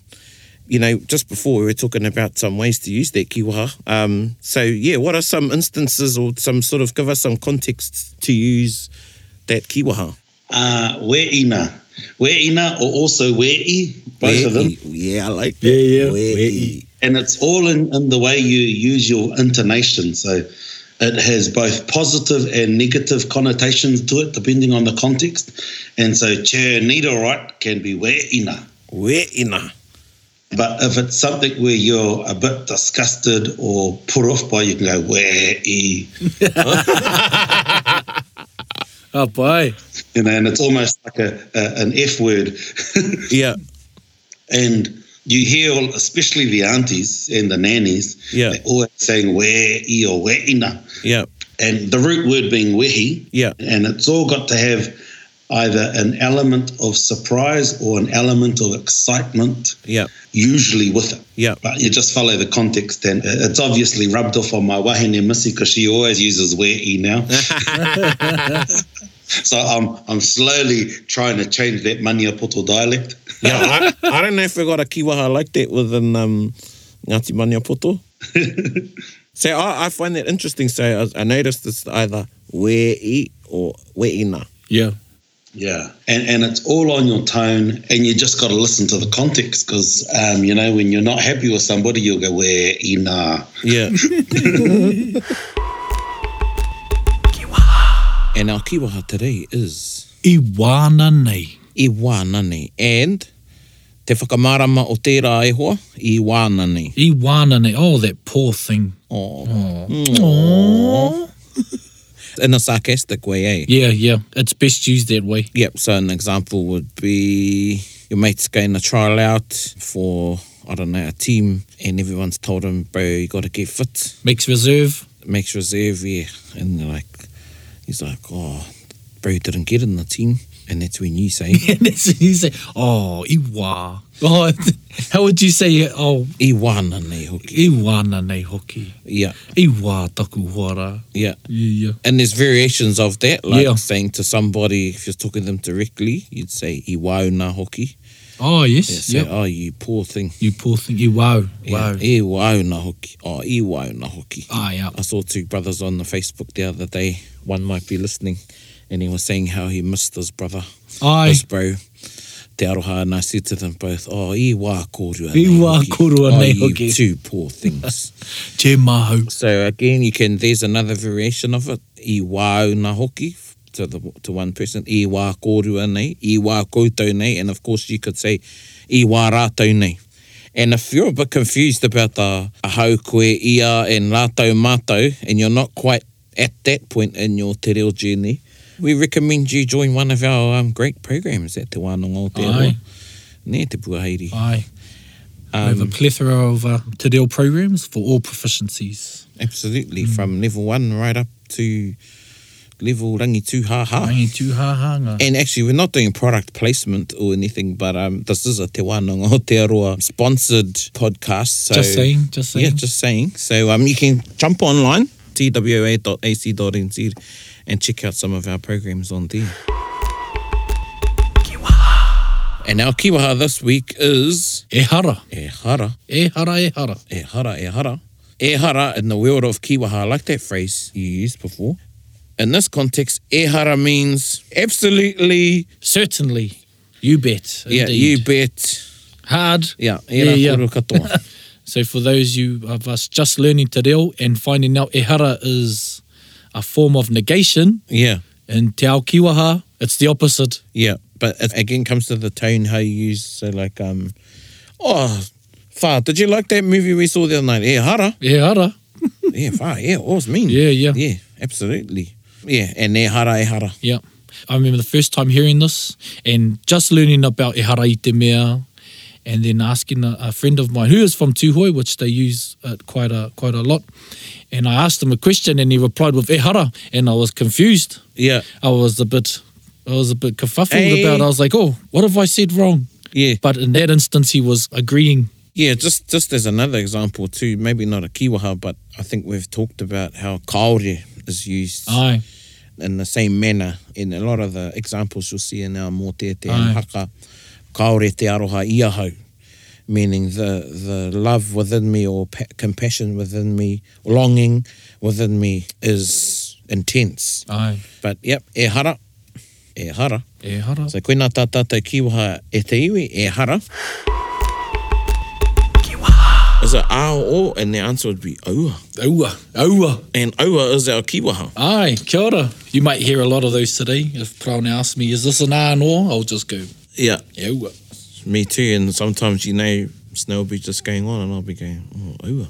S3: you know, just before we were talking about some ways to use that kiwaha. Um, so yeah, what are some instances or some sort of give us some context to use that kiwaha?
S17: Uh, We'ina. We'ina or also E? We'i, both of them.
S3: E. Yeah, I like
S17: that.
S3: E.
S17: Yeah, E. yeah. We'i. And it's all in, in the way you use your intonation. So it has both positive and negative connotations to it, depending on the context. And so chair needle right can be we'ina.
S3: We'ina.
S17: But if it's something where you're a bit disgusted or put off by, you can go E?" we'i.
S15: Oh, boy.
S17: you know, and it's almost like a, a an F word.
S3: yeah.
S17: And you hear, all, especially the aunties and the nannies,
S3: Yeah.
S17: they're always saying we'i or we'ina,
S3: Yeah.
S17: and the root word being wehi.
S3: Yeah.
S17: And it's all got to have either an element of surprise or an element of excitement,
S3: Yeah.
S17: usually with it.
S3: Yeah.
S17: But you just follow the context, and uh, it's obviously rubbed off on my wahine missy because she always uses we'i now. So I'm I'm slowly trying to change that Maniapoto dialect.
S3: Yeah, I, I don't know if we got a kiwaha like that within um, Ngāti Maniapoto. so I, I find that interesting. So I, I noticed it's either we'i or we'ina.
S15: Yeah.
S17: Yeah, and and it's all on your tone, and you just got to listen to the context because um, you know when you're not happy with somebody, you'll go where ina.
S3: Yeah. And our kiwaha today is...
S1: Iwana nei.
S3: Iwana nei. And te whakamarama o tērā e ehoa, iwana nei.
S1: Iwana nei. Oh, that poor thing.
S3: Oh. Aww. In a sarcastic way, eh?
S1: Yeah, yeah. It's best used that way.
S3: Yep, so an example would be your mate's going to trial out for, I don't know, a team, and everyone's told him, bro, you got to get fit.
S1: Makes reserve.
S3: Makes reserve, yeah. And they're like, he's like, oh, bro, you didn't get in the team. And that's when you say,
S1: and that's when you say, oh, iwa. Oh, how would you say it? Oh,
S3: iwana nei hoki.
S1: Iwana nei hoki.
S3: yeah.
S1: Iwa taku hora.
S3: Yeah.
S1: Yeah, yeah.
S3: And there's variations of that, like
S1: Yeah.
S3: saying to somebody, if you're talking to them directly, you'd say, iwauna hoki.
S1: Oh, yes.
S3: Yeah,
S1: yep.
S3: so, oh, you poor thing.
S1: You poor thing. Iwau.
S3: Yeah,
S1: Wow.
S3: e wauna hoki. Oh, e wauna hoki.
S1: Ah, yeah.
S3: I saw two brothers on the Facebook the other day. One might be listening, and he was saying how he missed his brother,
S1: Aye.
S3: his bro, te aroha and I said to them both, oh, i wā kōrua
S1: I wā kōrua
S3: oh,
S1: nei
S3: you
S1: hoki.
S3: two poor things.
S1: Te mahau.
S3: So again, you can, there's another variation of it, i wāu na hoki, to, the, to one person, i wā kōrua nei, i wā koutou nei, and of course you could say, i wā rātou nei. And if you're a bit confused about the ahau koe ia and rātou mātou, and you're not quite at that point in your te reo journey, we recommend you join one of our um, great programs at Te Wānanga o Te Aroa.
S1: Aye.
S3: Nē te Puaheiri.
S1: Aye.
S3: Um,
S1: we have a plethora of uh, te reo programs for all proficiencies. Mm.
S3: Absolutely, from level one right up to level rangi tūhaha.
S1: Rangi tūhahanga.
S3: And actually, we're not doing product placement or anything, but um, this is a Te Wānanga o Te Aroa sponsored podcast. So,
S1: Just saying, just saying.
S3: Yeah, just saying. So um, you can jump online, twa.ac.nz, and check out some of our programs on there. And our kiwaha this week is...
S1: E hara.
S3: E hara.
S1: E hara, e hara.
S3: E hara, e hara. E hara in the world of kiwaha, I like that phrase you used before. In this context, e hara means absolutely...
S1: Certainly. You bet.
S3: Yeah,
S1: indeed.
S3: you bet.
S1: Hard.
S3: Yeah, e rā kōrero katoa.
S1: so for those you of us just learning te reo and finding out e hara is a form of negation,
S3: Yeah,
S1: in te ao kiwaha, it's the opposite.
S3: yeah. But it again comes to the tone, how you use. So like, um, oh, far. Did you like that movie we saw the other night? E hara.
S1: E hara.
S3: yeah, far. Yeah, it was mean.
S1: Yeah, yeah.
S3: Yeah, absolutely. Yeah, and e hara, e hara.
S1: Yeah. I remember the first time hearing this and just learning about e hara i te mea and then asking a, a friend of mine who is from Tuhoi, which they use it quite a quite a lot. And I asked him a question and he replied with e hara and I was confused.
S3: Yeah.
S1: I was a bit I was a bit kerfuffled
S3: Hey.
S1: about it. I was like, oh, what have I said wrong?
S3: Yeah.
S1: But in that instance he was agreeing.
S3: Yeah, just just as another example too, maybe not a kiwaha, but I think we've talked about how kaore is used
S1: Aye.
S3: in the same manner in a lot of the examples you'll see in our mō te te
S1: Aye.
S3: and haka, kaore te aroha i ahau, meaning the, the love within me or pa- compassion within me, longing within me is intense.
S1: Aye.
S3: But yep, e hara, e hara.
S1: E hara.
S3: So koe nā tā tātou kiwaha e te iwi, e hara. Is it ao o? And the answer would be aua.
S1: Aua. Aua.
S3: And aua is our kiwaha.
S1: Aye, kia ora. You might hear a lot of those today. If Crown asks me, is this an A and O? I'll just go,
S3: Yeah.
S1: yeah, aua.
S3: Me too. And sometimes, you know, Snell be just going on and I'll be going, oh, aua.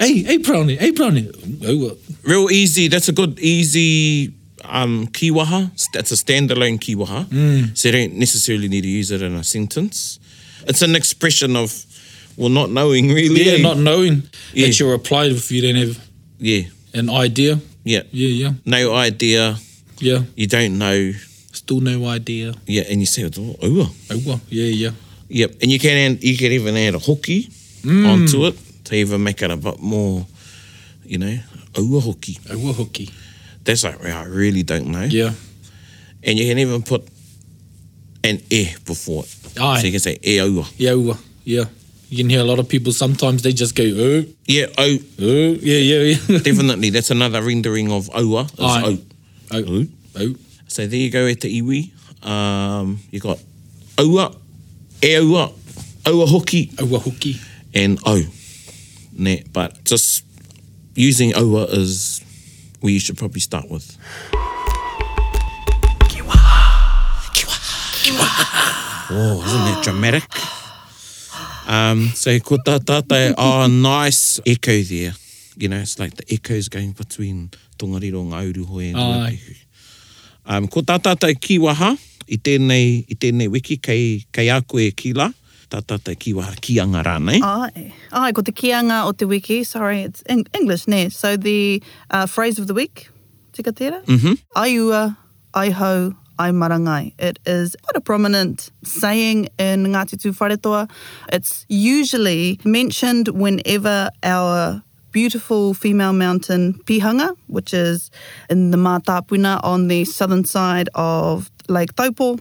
S1: "Oh." hey, hey, Brownie, hey, Brownie. Aua.
S3: Real easy. That's a good, easy um, kiwaha. That's a standalone kiwaha.
S1: Mm.
S3: So you don't necessarily need to use it in a sentence. It's an expression of, well, not knowing really.
S1: Yeah, not knowing
S3: Yeah.
S1: that you're applied if you don't have
S3: Yeah.
S1: an idea.
S3: Yeah.
S1: Yeah, yeah,
S3: No idea.
S1: yeah.
S3: You don't know.
S1: Still no idea.
S3: Yeah. And you say, oh, aua.
S1: Aua. Yeah, yeah.
S3: Yep, and you can add, you can even add a hoki
S1: Mm.
S3: onto it to even make it a bit more, you know, aua hoki.
S1: Aua hoki.
S3: That's like I really don't know.
S1: Yeah.
S3: And you can even put an e before it,
S1: Aye.
S3: so you can say e aua.
S1: Yeah, aua. Yeah. You can hear a lot of people sometimes they just go, oh,
S3: Yeah, o.
S1: oh, yeah, yeah, yeah.
S3: Definitely, that's another rendering of aua is
S1: Aye.
S3: o. O.
S1: O.
S3: So there you go at the iwi. Um, you got aua, e aua, aua ah, hoki.
S1: Aua ah, hoki.
S3: and O. Ne, but just using Owa is where you should probably start with. Oh, isn't that dramatic? Um, so ko tā tātou, oh, nice echo there. You know, it's like the echoes going between tongariro ngā uruhoi and
S1: Aye.
S3: Ruapehu. Um, ko tā tātou ki waha, i tēnei, i tēnei wiki kei, kei a koe ki la, tā tātou ki waha ki anga rānei.
S19: Ai. Ai, ko te kianga o te wiki. Sorry, it's Eng- English, ne? So the uh, phrase of the week, tika tērā?
S4: Mm.
S3: Mm-hmm.
S19: Ai ua, ai hau, ai marangai. It is quite a prominent saying in Ngāti Tū Wharetoa. It's usually mentioned whenever our beautiful female mountain Pihanga, which is in the Mātāpuna on the southern side of Lake Taupo,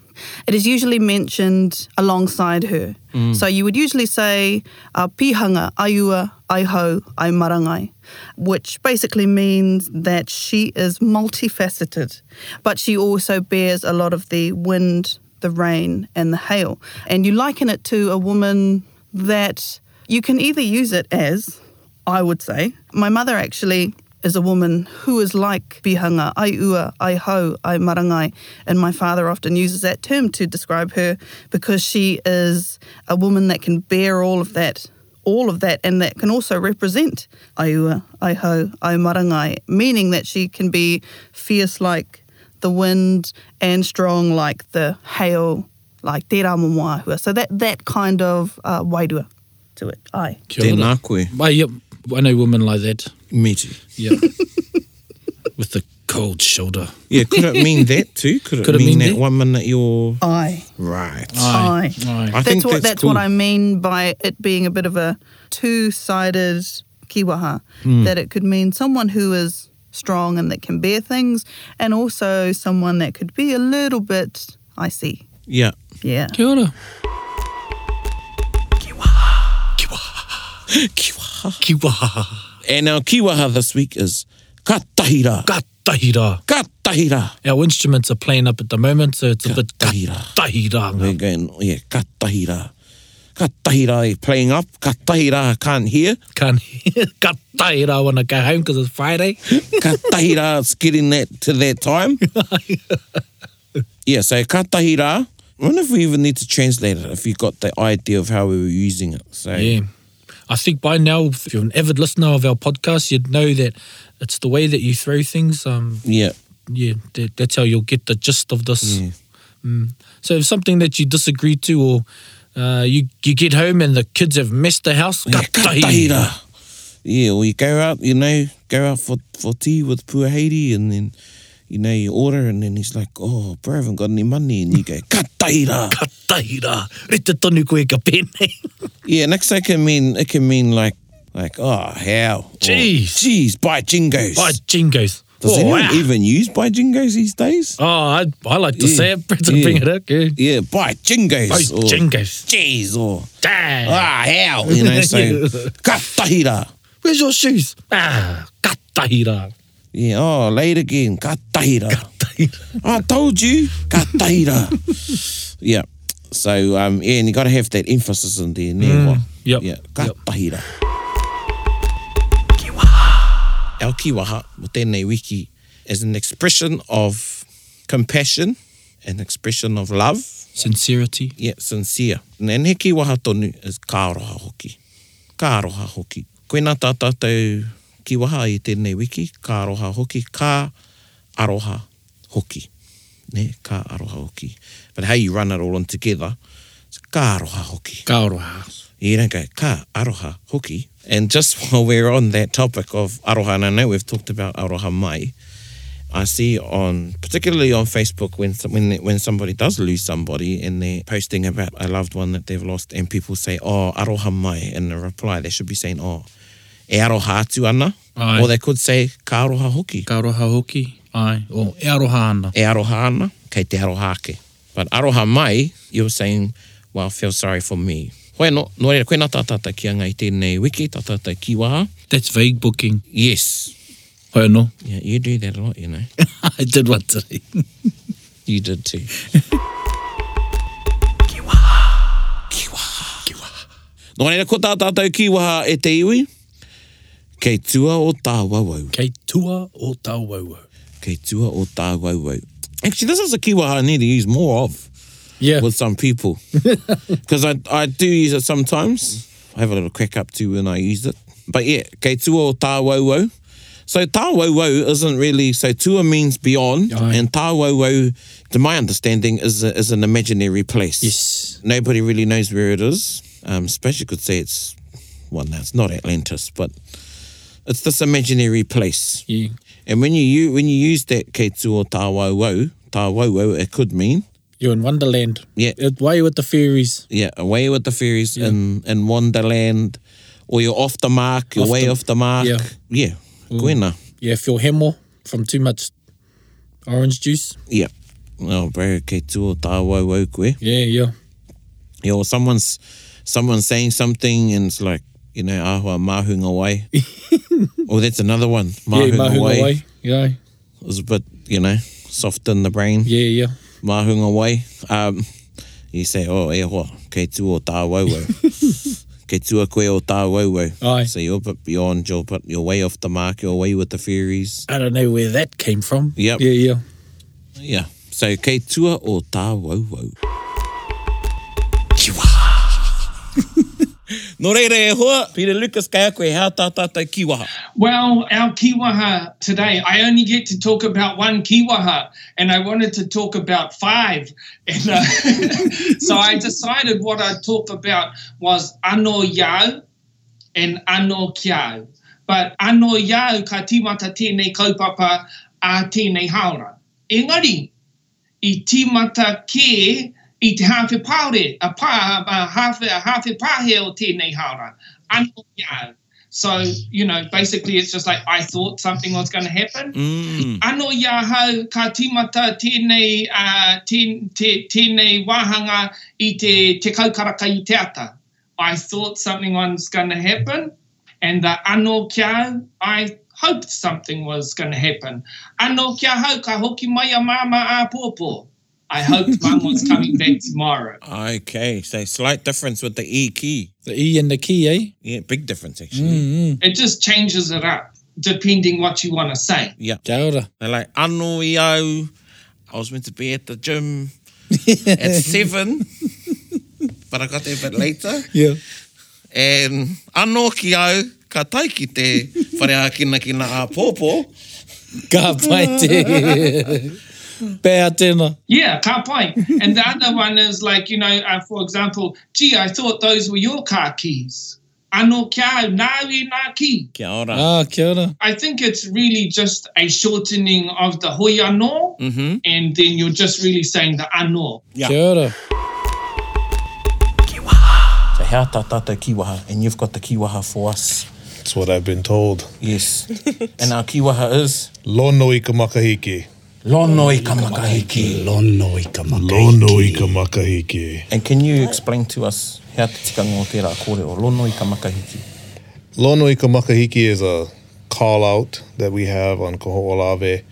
S19: it is usually mentioned alongside her.
S13: Mm.
S19: So you would usually say uh, pihanga, aiua, aihau, ai marangai, which basically means that she is multifaceted, but she also bears a lot of the wind, the rain and the hail. And you liken it to a woman that you can either use it as, I would say, my mother actually is a woman who is like bihanga, ai ua, ai hau, ai marangai. And my father often uses that term to describe her because she is a woman that can bear all of that, all of that, and that can also represent ai ua, ai hau, ai marangai, meaning that she can be fierce like the wind and strong like the hail, like te ramuahua. So that, that kind of uh, wairua to it. Ai.
S1: Kia ora.
S3: Tēnā koe.
S1: Ai, yep. I know women like that.
S3: Me too.
S1: Yeah. With the cold shoulder.
S3: Yeah, could it mean that too? Could it,
S1: Could it
S3: mean,
S1: mean
S3: that,
S1: that?
S3: one minute you're
S19: Ai.
S3: right?
S19: Aye.
S3: I
S19: that's
S3: think
S19: what,
S3: that's,
S19: that's
S3: cool.
S19: what I mean by it being a bit of a two-sided kiwaha.
S3: Hmm.
S19: That it could mean someone who is strong and that can bear things, and also someone that could be a little bit icy.
S3: Yeah.
S19: Yeah.
S1: Kia ora.
S3: Kiwaha. Kiwaha. And our kiwaha this week is katahira.
S1: Katahira.
S3: Katahira.
S1: Our instruments are playing up at the moment, so it's a bit katahira.
S3: We're going, yeah, katahira. Katahira is playing up. Katahira can't hear.
S1: Can't hear. Katahira when I go home because it's Friday.
S3: Katahira's getting that to that time. yeah, so katahira. I wonder if we even need to translate it if you got the idea of how we were using it. So
S1: Yeah. I think by now, if you're an avid listener of our podcast, you'd know that it's the way that you throw things. Um,
S3: yeah.
S1: yeah, that, that's how you'll get the gist of this. Mm. So if something that you disagree to, or uh, you you get home and the kids have messed the house, katahira.
S3: Katahira. Yeah, or you go out, you know, go out for, for tea with poor Haiti and then, you know, you order and then he's like, oh, bro, I haven't got any money. And you go, katahira.
S1: Katahira. Re E te tonu koe ka pēnei.
S3: Yeah, next day it can mean, it can mean like, like, oh, how?
S1: Jeez.
S3: Jeez, by jingos.
S1: By jingos.
S3: Does
S1: Oh,
S3: anyone
S1: wow.
S3: even use by jingos these days?
S1: Oh, I, I like to say it, Brett, and bring it up. Yeah,
S3: yeah by jingos.
S1: By
S3: or
S1: jingos.
S3: Jeez, or
S1: Dang.
S3: ah, how? You know, so katahira.
S1: Where's your shoes? Ah, katahira.
S3: Yeah, oh, late again. Katahira. I told you. Katahira. yeah. So, um, yeah, and you got to have that emphasis in there. Mm,
S1: yep.
S3: Yeah. Katahira. Kiwaha. Our kiwaha, mo tēnei wiki, is an expression of compassion, an expression of love.
S1: Sincerity.
S3: Yeah, sincere. Nē, ne kiwaha tonu is kāroha hoki. Kāroha hoki. Koena tā tātou kiwaha i tēnei wiki, kāroha hoki, kā aroha hoki. Ne, kā aroha hoki. But how you run it all in together, it's kā aroha hoki.
S1: Kā aroha.
S3: You don't go, kā aroha hoki. And just while we're on that topic of aroha, and I know we've talked about aroha mai, I see on particularly on Facebook when some- when when somebody does lose somebody and they're posting about a loved one that they've lost and people say oh aroha mai in the reply they should be saying oh e aroha atu ana
S1: Aye.
S3: or they could say ka aroha hoki
S1: Ka aroha hoki. Ai. O, e aroha ana.
S3: e aroha ana kei te aroha ake but aroha mai you're saying well feel sorry for me Hoi no, no reira, koe nā tātata ki anga i tēnei wiki, tātata ki waha.
S1: That's vague booking.
S3: Yes.
S1: Hoi anō.
S3: Yeah, you do that a lot, you know.
S1: I did one today.
S3: You did too. Nō reira, ko tā tātou kiwaha e te iwi. Kei tua o tā wauau.
S1: Kei tua o tā wauau.
S3: Kei tua o tā wauau. Actually, this is a kiwaha I need to use more of.
S1: Yeah.
S3: With some people. Because I, I do use it sometimes. I have a little crack up too when I use it. But yeah, kei tua o tā wauau. So tā wauau isn't really, so tua means beyond, and tā wauau, to my understanding, is, a, is an imaginary place.
S1: Yes.
S3: Nobody really knows where it is. Um, especially could say it's, well, no, it's not Atlantis, but it's this imaginary place.
S1: Yeah.
S3: And when you, u- when you use that kei tua o tā wauau, tā wauau, it could mean
S1: You're in Wonderland.
S3: Yeah.
S1: Away with the fairies.
S3: Yeah, away with the fairies in, in Wonderland, or you're off the mark, you're
S1: Off
S3: way
S1: the-
S3: off the mark.
S1: yeah.
S3: Yeah, Gwena.
S1: Yeah, if you're hemo from too much orange juice.
S3: Yeah. Oh, bro, kei tū o tā wauau koe.
S1: Yeah, yeah.
S3: You know, someone's someone's saying something and it's like, you know, ahua mahunga wai. oh, that's another one. Mahunga,
S1: yeah, mahunga
S3: wai.
S1: wai. Yeah.
S3: It was a bit, you know, soft in the brain.
S1: Yeah, yeah.
S3: Mahunga wai. Um, you say, oh, e hoa, kei tu o tā wauau. kei tua koe o tā wauau.
S1: Aye.
S3: So you're but beyond, you're, but you're way off the mark, you're way with the fairies.
S1: I don't know where that came from.
S3: Yep.
S1: Yeah, yeah.
S3: Yeah. So kei tua o tā wauau. no reira e hoa, Peter Lucas kai a koe
S1: e
S3: hea tā tātou kiwaha.
S20: Well, our kiwaha today, I only get to talk about one kiwaha, and I wanted to talk about five. And, uh, so I decided what I'd talk about was ano yau and ano kiau. But ano yau ka tīmata tēnei kaupapa a tēnei haora. Engari, i tīmata kē i te hawhi pāre, a pā, a hawhi, a hawhi pāhe o tēnei haora. Ano iau. So, you know, basically it's just like I thought something was going to happen.
S1: Mm.
S20: Ano ia hau ka tīmata tēnei, uh, tēn, tē, tēnei wāhanga i te, te kaukaraka i te ata. I thought something was going to happen. And the ano kia, I hoped something was going to happen. Ano kia hau ka hoki mai a mama a pōpō. I hoped mum was coming back tomorrow.
S3: Okay, so slight difference with the E key.
S1: The E and the key, eh? Mm.
S3: Yeah, big difference actually.
S20: It just changes it up depending what you want to say.
S3: Yeah.
S1: Kia ora.
S3: They're like, ano i au, I was meant to be at the gym at seven, but I got there a bit later.
S1: Yeah.
S3: And ano ki au, ka tai ki te wharea kina kina a pōpō.
S1: Ka pai te. Pēa tēnā.
S20: Yeah, car point. And the other one is like, you know, uh, for example, gee, I thought those were your car keys. Ano kia au, nāwi nā ki.
S3: Kia ora.
S1: Ah, kia ora.
S20: I think it's really just a shortening of the hoi anō,
S3: Mm-hmm.
S20: and then you're just really saying the anō.
S1: Kia ora.
S3: So hea tā tātou kiwaha, and you've got the kiwaha for us.
S21: That's what I've been told.
S3: Yes. and our kiwaha is?
S21: Lono i ka makahiki.
S3: Lono i ka makahiki.
S21: Lono i ka makahiki. Lono i ka makahiki.
S3: And can you explain to us hea te tikanga o tērā kore o lono i ka makahiki?
S21: Lono i ka makahiki is a call out that we have on Koho'olawe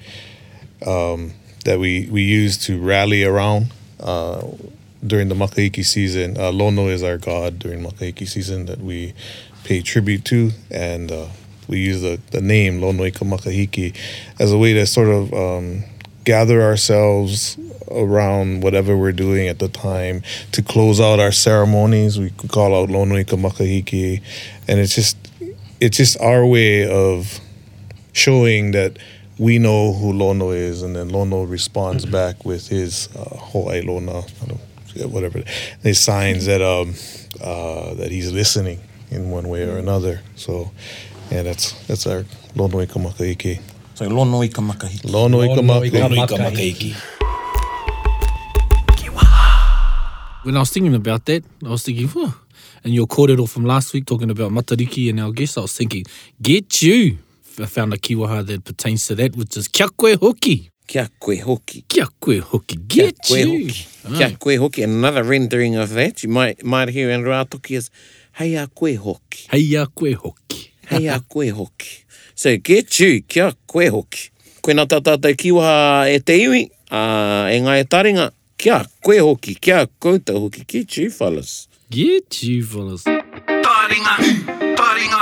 S21: um, that we, we use to rally around uh, during the makahiki season. Uh, Lono is our god during makahiki season that we pay tribute to, and uh, we use the, the name Lono i ka makahiki as a way to sort of um, gather ourselves around whatever we're doing at the time to close out our ceremonies. We could call out Lono i ka makahiki, and it's just it's just our way of showing that we know who Lono is, and then Lono responds
S3: Mm-hmm.
S21: back with his uh, Ho'ai Lona, I don't forget whatever, his signs that um uh, that he's listening in one way or
S3: Mm-hmm.
S21: another. So, yeah, that's that's our Lono i ka makahiki.
S3: So Lono i ka makahiki.
S21: Lono i ka
S3: Lono i ka
S21: makahiki.
S3: makahiki.
S15: When I was thinking about that, I was thinking, huh. And your kōrero from last week talking about Matariki and our guest, I was thinking, get you. I found a kiwaha that pertains to that, which is kia koe hoki.
S3: Kia koe hoki.
S15: Kia koe hoki. Get
S3: Kia koe
S15: you.
S3: hoki. Kia koe hoki. Another rendering of that you might might hear in Rātoki is hei a koe hoki.
S15: Hei a koe hoki.
S3: Hei a koe hoki. So get you, kia koe hoki. Koena tā tātou kiwaha e te iwi, uh, e ngai taringa, kia koe hoki, kia koutou hoki, get you fellas.
S15: Get you fellas.
S11: Taringa, taringa.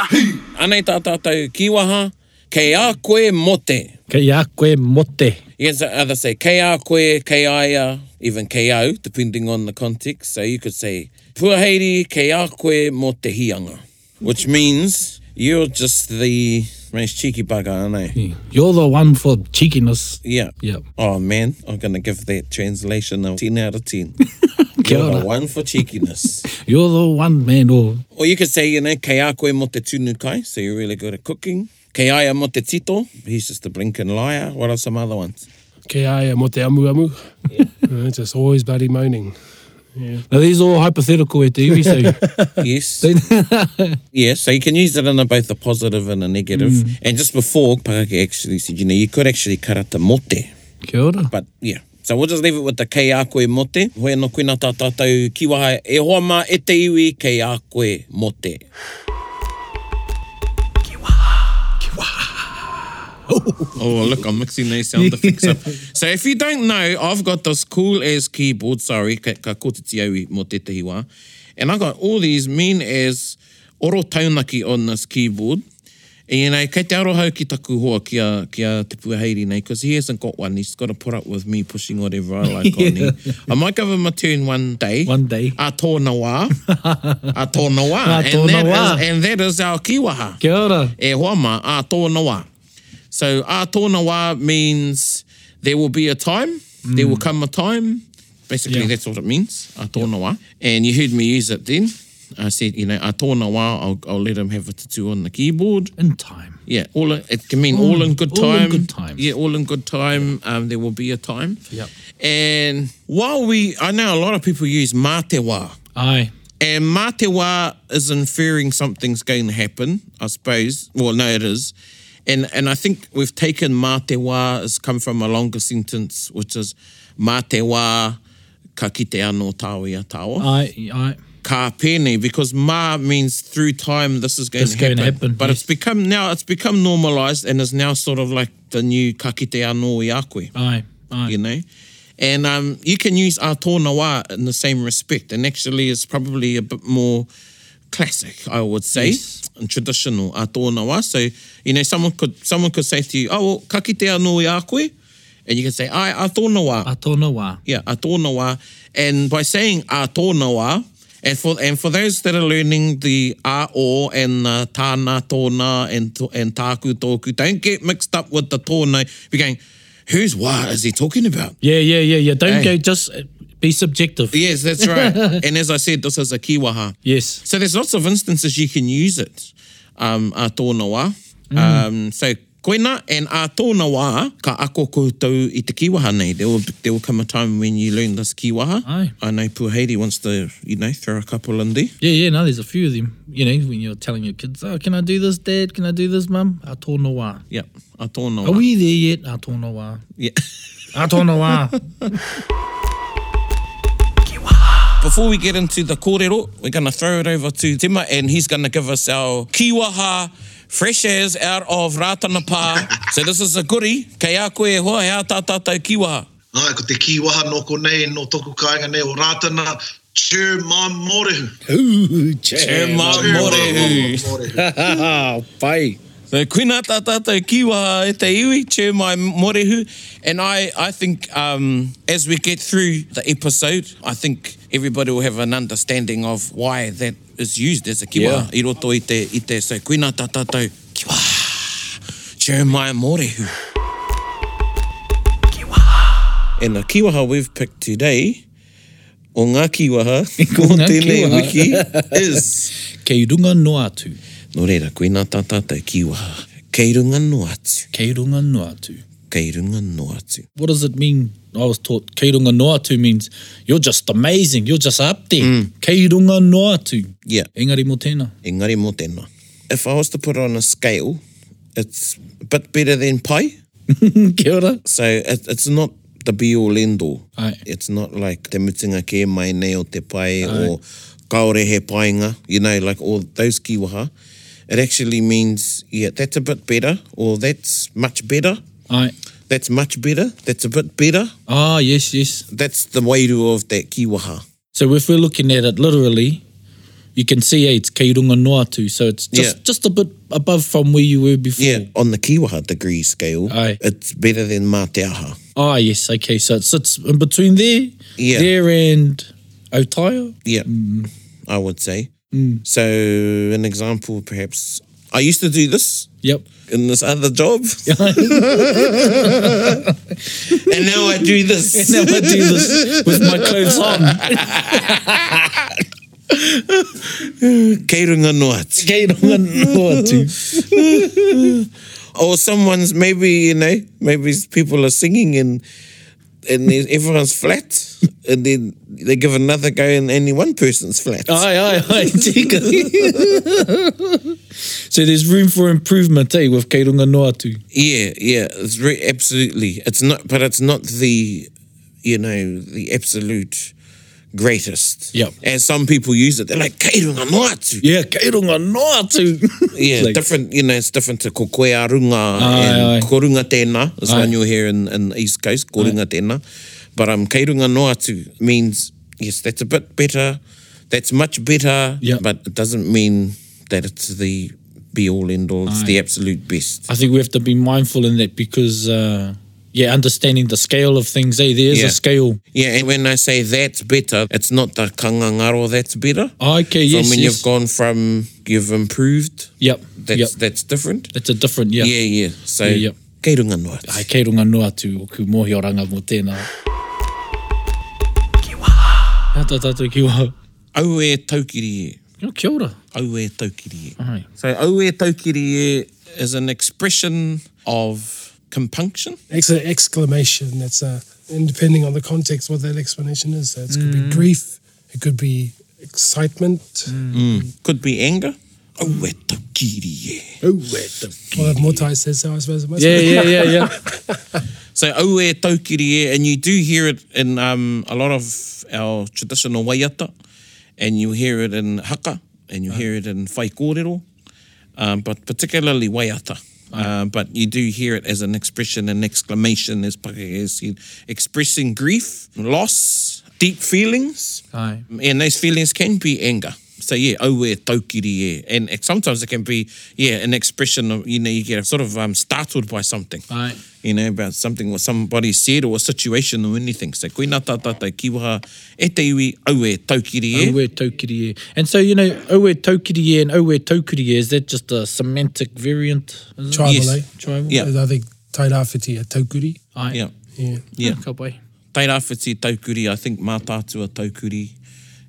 S3: Anei tā tātou kiwaha, kei a koe mote.
S15: Kei a koe mote.
S3: You can say, either say kea koe, keaia, even keo, depending on the context. So you could say, puaheiri kea koe mo te hianga, which means you're just the most cheeky bugger, I know. Yeah.
S15: You're the one for cheekiness.
S3: yeah.
S15: Hmm. Yep.
S3: Oh man, I'm going to give that translation a 10 out of 10.
S15: Kia
S3: You're
S15: ora.
S3: the one for cheekiness.
S15: You're the one man Oh. or
S3: Or you could say, you know, kea koe mo te tunu kai, so you're really good at cooking. Keaia mo te tito, he's just a blinking liar. What are some other ones?
S12: Ke aia mo te amu amu. Uh, just always bloody moaning. Yeah.
S15: Now, these are all hypothetical e te iwi, so
S3: Yes. yeah, so you can use it in a, both a positive and a negative.
S15: Mm.
S3: And just before, Pakake actually said, you know, you could actually karata mote.
S15: kia ora.
S3: But yeah, so we'll just leave it with the kei a koe mote. Hoi anō koe nā tā tātou kiwaha e hoa mā e te iwi kei a koe mote. oh, look, I'm mixing these sound effects up. So if you don't know, I've got this cool as keyboard, sorry, ka, ka kōti te au mō te tahiwa, and I've got all these mean as oro taunaki on this keyboard. And, you know, kei te arohau ki taku hoa kia, kia te puaheiri nei, because he hasn't got one. He's got to put up with me pushing whatever I like on him. I might give him a turn one day. One day. A tōna wā. A tōna wā.
S15: A tōna
S3: and,
S15: wā.
S3: that is, and that is our kiwaha. Kia ora. E hoa mā, a tōna wā. So a tōna wā means there will be a time, there
S15: Mm.
S3: will come a time. Basically, that's what it means, a tōna wā. And you heard me use it then. I said, you know, a tōna wā, I'll, I'll let him have a tattoo on the keyboard. In time. Yeah, all in- it can mean all, in good
S15: Mm.
S3: time.
S15: All in good
S3: time. Yeah, all in good time. Um, there will be a time.
S15: Yep.
S3: And while we, I know a lot of people use matewa. Aye. And matewa is inferring something's going to happen, I suppose. Well, no, it is. And and I think we've taken matewa has come from a longer sentence, which is matewa ka kite anō tāu ia tāua.
S15: Aye, aye.
S3: Ka pēnei, because ma means through time this is going,
S15: This
S3: to,
S15: is
S3: happen.
S15: going to happen,
S3: But it's become now it's become normalized and is now sort of like the new ka kite anō i a koe.
S15: Aye, aye.
S3: You know? And um, you can use a tōna wā in the same respect. And actually, it's probably a bit more classic, I would say, and traditional a tōna wā. So, you know, someone could someone could say to you, oh, well, ka kite anō i a koe. And you can say, ai, a tōna wā.
S15: A tōna wā.
S3: Yeah, a tōna wā. And by saying a tōna wā, and for, and for those that are learning the a o and uh, tāna, tōna, and, tō, and tāku, tōku, don't get mixed up with the tōna. You're going, whose wā is he talking about?
S15: Yeah, yeah, yeah, yeah. Don't
S3: Hey.
S15: go, just uh, be subjective.
S3: Yes, that's right. and as I said, this is a kiwaha.
S15: Yes.
S3: So there's lots of instances you can use it, um, a tōna wā.
S15: Mm.
S3: Um, so koina and a tōna wā, ka ako koutou i te kiwaha nei. There will, there will come a time when you learn this kiwaha. Aye. I know Puhairi wants to, you know, throw a couple in there.
S15: Yeah, yeah, no, there's a few of them. You know, when you're telling your kids, oh, can I do this, Dad? Can I do this, Mum? A tōna wā.
S3: Yep, a tōna
S15: Are
S3: wā.
S15: we there yet? A tōna wā.
S3: Yeah.
S15: A tōna wā.
S3: Before we get into the kōrero, we're going to throw it over to Tima and he's going to give us our kiwaha fresh airs out of Ratanapa. so this is a goodie. Kei a koe e hoa, hea tā tātou kiwaha.
S22: Ai, e ko te kiwaha noko nei, no toku kāinga nei o rātana, Tū mā morehu.
S3: Ooh,
S22: Te mā morehu.
S3: Pai. So kuina tā tātou kiwa e te iwi, che mai morehu. And I, I think um, as we get through the episode, I think everybody will have an understanding of why that is used as a kiwa. Yeah. I roto i te, i te, so kuina tā tātou kiwa. Che mai morehu. Kiwa. And the kiwaha we've picked today, o ngā kiwaha, ko
S15: Ngā
S3: tēnei
S15: kiwaha.
S3: wiki, is...
S15: Kei runga no atu.
S3: No reira, koe nā tā tātou kiwaha. Kei runga no atu.
S15: Kei runga no atu.
S3: Kei runga no atu.
S15: What does it mean? I was taught kei runga no atu means you're just amazing, you're just up there. Kei runga no atu.
S3: Mm. Yeah.
S15: Engari mō tēnā.
S3: Engari mō tēnā. If I was to put it on a scale, it's a bit better than pai.
S15: Kia ora.
S3: So it, it's not the be all end all.
S15: Aye.
S3: It's not like te mutunga ke mai nei o te pai
S15: Aye.
S3: or kaore he painga, you know, like all those kiwaha. It actually means, yeah, that's a bit better or that's much better.
S15: Aye.
S3: That's much better. That's a bit better.
S15: Ah, yes, yes.
S3: That's the wairu of that kiwaha.
S15: So if we're looking at it literally, you can see eh, it's kei runga no atu. So it's just,
S3: Yeah.
S15: just a bit above from where you were before.
S3: Yeah, on the Kiwaha degree scale, Aye. it's better than Mateaha.
S15: Ah, yes. Okay. So it sits in between there,
S3: Yeah.
S15: there and Otaio.
S3: Yeah, I would say.
S15: Mm.
S3: So, an example, perhaps, I used to do this.
S15: Yep.
S3: In this other job. and now I do this.
S15: And now I do this with my clothes
S3: on. Kei runga no atu.
S15: Kei runga no atu.
S3: or someone's maybe you know maybe people are singing and and there's- everyone's flat and then they give another go and only one person's flat.
S15: Aye, aye, aye, tika. so there's room for improvement, eh, with Kei Runga no atu.
S3: Yeah, yeah, it's re- absolutely. It's not, but it's not the, you know, the absolute greatest.
S1: Yep.
S3: And some people use it. They're like, keirunga no atu.
S1: Yeah, keirunga no atu.
S3: yeah,
S1: Like-
S3: different, you know, it's different to ko koe a runga
S1: Aye,
S3: and
S1: aye.
S3: korunga tēnā is
S1: Aye.
S3: one you'll hear in, in the East Coast, korunga tēnā. But um, keirunga no atu means, yes, that's a bit better, that's much better, but it doesn't mean that it's the be-all, end-all, it's
S1: Aye.
S3: the absolute best.
S1: I think we have to be mindful in that because, uh, yeah, understanding the scale of things, eh? There is
S3: Yeah.
S1: a scale.
S3: Yeah, and when I say that's better, it's not the kangangaro that's better.
S1: Ah, Okay,
S3: From
S1: yes,
S3: when
S1: yes.
S3: you've gone from you've improved.
S1: Yep.
S3: That's
S1: yep.
S3: that's different.
S1: It's a different, yeah.
S3: Yeah, yeah. So
S1: Yeah, yeah.
S3: kei runga no atu.
S1: Ai, kei runga no atu o ku mohioranga mō tēnā. Kiwa. Hea tā tātou kiwa.
S3: Au e taukiri e.
S1: Oh, kia ora.
S3: Au e taukiri e.
S1: Ai.
S3: So au e taukiri e is an expression of compunction.
S23: It's an exclamation. That's a, and depending on the context, what that explanation is. So it could be grief. It could be excitement.
S1: Hmm.
S3: Mm. Could be anger. Au e taukiri e.
S23: Oh, well, if Motai says so, I suppose it must
S3: Yeah,
S23: be.
S3: yeah, yeah, yeah. So au e taukiri e, and you do hear it in um, a lot of our traditional waiata, and you hear it in haka, and you hear it in whaikōrero, um, but particularly waiata. Uh, but you do hear it as an expression, an exclamation, as Pakeha said, expressing grief, loss, deep feelings,
S1: Ai.
S3: and those feelings can be anger. So yeah, au e taukiri e. And sometimes it can be, yeah, an expression of, you know, you get sort of um, startled by something
S1: Ai.
S3: you know, about something what somebody said or a situation or anything. So koe nā tātātai kiwaha e te iwi au e taukiri e.
S1: Au e taukiri e. And so, you know, au e taukiri e and au e taukiri e, is that just a semantic variant? Is it?
S23: Tribal, eh?
S1: Tribal.
S23: I think Tairafiti, a taukuri.
S1: Ai.
S3: Yeah.
S23: Yeah.
S3: Yeah.
S1: Ka pai.
S3: Tei Rāwhiti taukuri, I think mā tātua taukuri.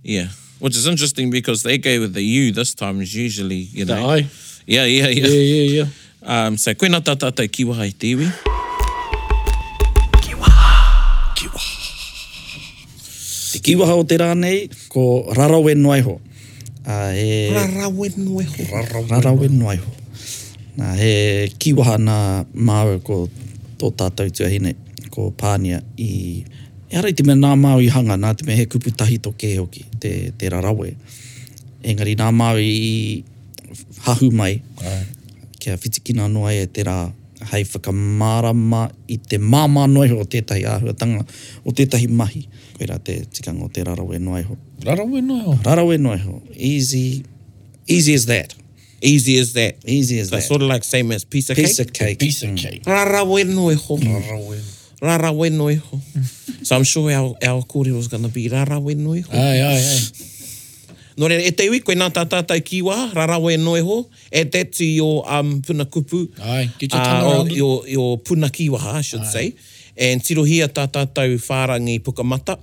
S3: Yeah. Which is interesting because they go with the U this time is usually, you
S1: The
S3: know.
S1: ai.
S3: Yeah, yeah, yeah.
S1: Yeah, yeah, yeah.
S3: Um, so koe nā tātātai kiwaha i te iwi.
S24: Te kiwaha o te rā nei, ko Rarawe Noiho. Uh, e...
S3: Rarawe Noiho.
S24: Rarawe Noiho. Nā, he kiwaha nā māu ko tō tātou tuahine, ko Pānia i... E hara i te mea nā māu i hanga, nā te mea he kupu tahi tō kē hoki, te, te rarawe. Engari nā māu i hahu mai, kia whitikina noa e te rā hei whakamārama i te māmā noiho o tētahi āhuatanga, o tētahi mahi. Koe rā te tikanga o te rarawe noiho.
S1: Rarawe noiho.
S24: Rarawe e noiho. Easy, easy as that.
S3: Easy as that.
S24: Easy as
S3: So
S24: that.
S3: sort of like same as piece of
S24: Piece
S3: cake.
S24: of cake. Piece of cake.
S3: Rarawe noiho. Rarawe noiho. so I'm sure our, our kōrero is going to be rarawe noiho.
S1: Ai, ai, ai.
S3: No re, e te iwi, koe nā tātātai kiwa, E rarawe noiho, add that to your um, puna kupu.
S1: Ai, get your tongue
S3: uh, or
S1: around it.
S3: your, your puna kiwaha, I should Ai. say. And tirohia tā tātou whārangi pukamata.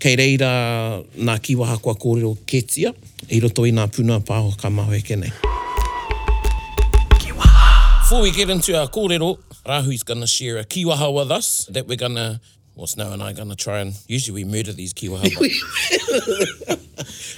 S3: Kei reira nā kiwaha kua kōrero ketia. I roto i nā puna pāho ka mahoe kenei. Before we get into our kōrero, Rahu's going to share a kiwaha with us that we're going to, well, Snow and I are going to try and, usually we murder these kiwaha. but-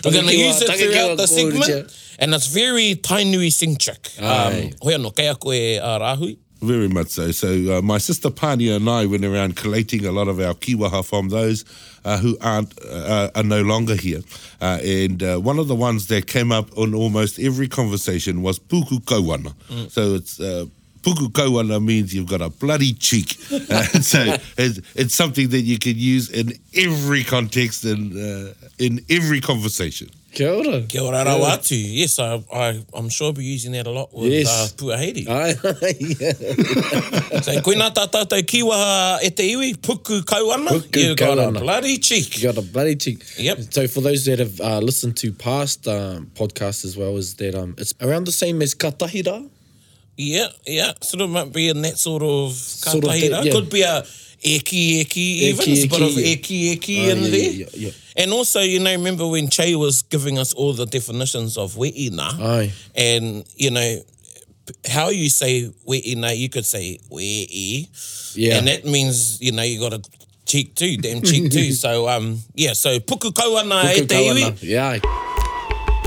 S3: We're going to
S2: Takekiwa-
S3: use it
S2: takekiwa
S3: throughout the
S2: kōrero.
S3: segment, and it's very Tainui centric. Um,
S25: Aye.
S3: hoi anō, kei a koe uh, Rahui.
S25: Very much so. So uh, my sister Pania and I went around collating a lot of our kiwaha from those uh, who aren't uh, are no longer here. Uh, and uh, one of the ones that came up on almost every conversation was puku kauana.
S2: Mm.
S25: So it's uh, puku kauana means you've got a bloody cheek. Uh, so it's, it's something that you can use in every context and uh, in every conversation.
S1: Kia ora.
S25: Kia
S3: ora rau Um, atu. Yes, I, I, I'm sure I'll be using that a lot with
S25: Yes. Ah.
S3: uh, Puaheri.
S24: Aye,
S3: yeah. so koe nā tātou kiwaha e te iwi, puku kauana.
S1: Puku
S3: you got
S1: kauana.
S3: a bloody cheek.
S1: You got a bloody cheek.
S3: Yep.
S1: So for those that have uh, listened to past um, podcasts as well, is that um, it's around the same as katahira.
S3: Yeah, yeah. Sort of might be in that sort of katahira.
S1: Sort of that, yeah.
S3: Could be a eki eki even. It's a bit of eki eki in
S1: Ah, yeah,
S3: there.
S1: Yeah, yeah, yeah.
S3: And also, you know, remember when Che was giving us all the definitions of we'ina,
S1: Aye.
S3: and you know p- how you say we'ina, you could say wei,
S1: Yeah.
S3: and that means you know you got a cheek too, damn cheek too. So um, yeah, so puku kauana e
S1: Puku
S3: te iwi.
S1: kauana. Yeah.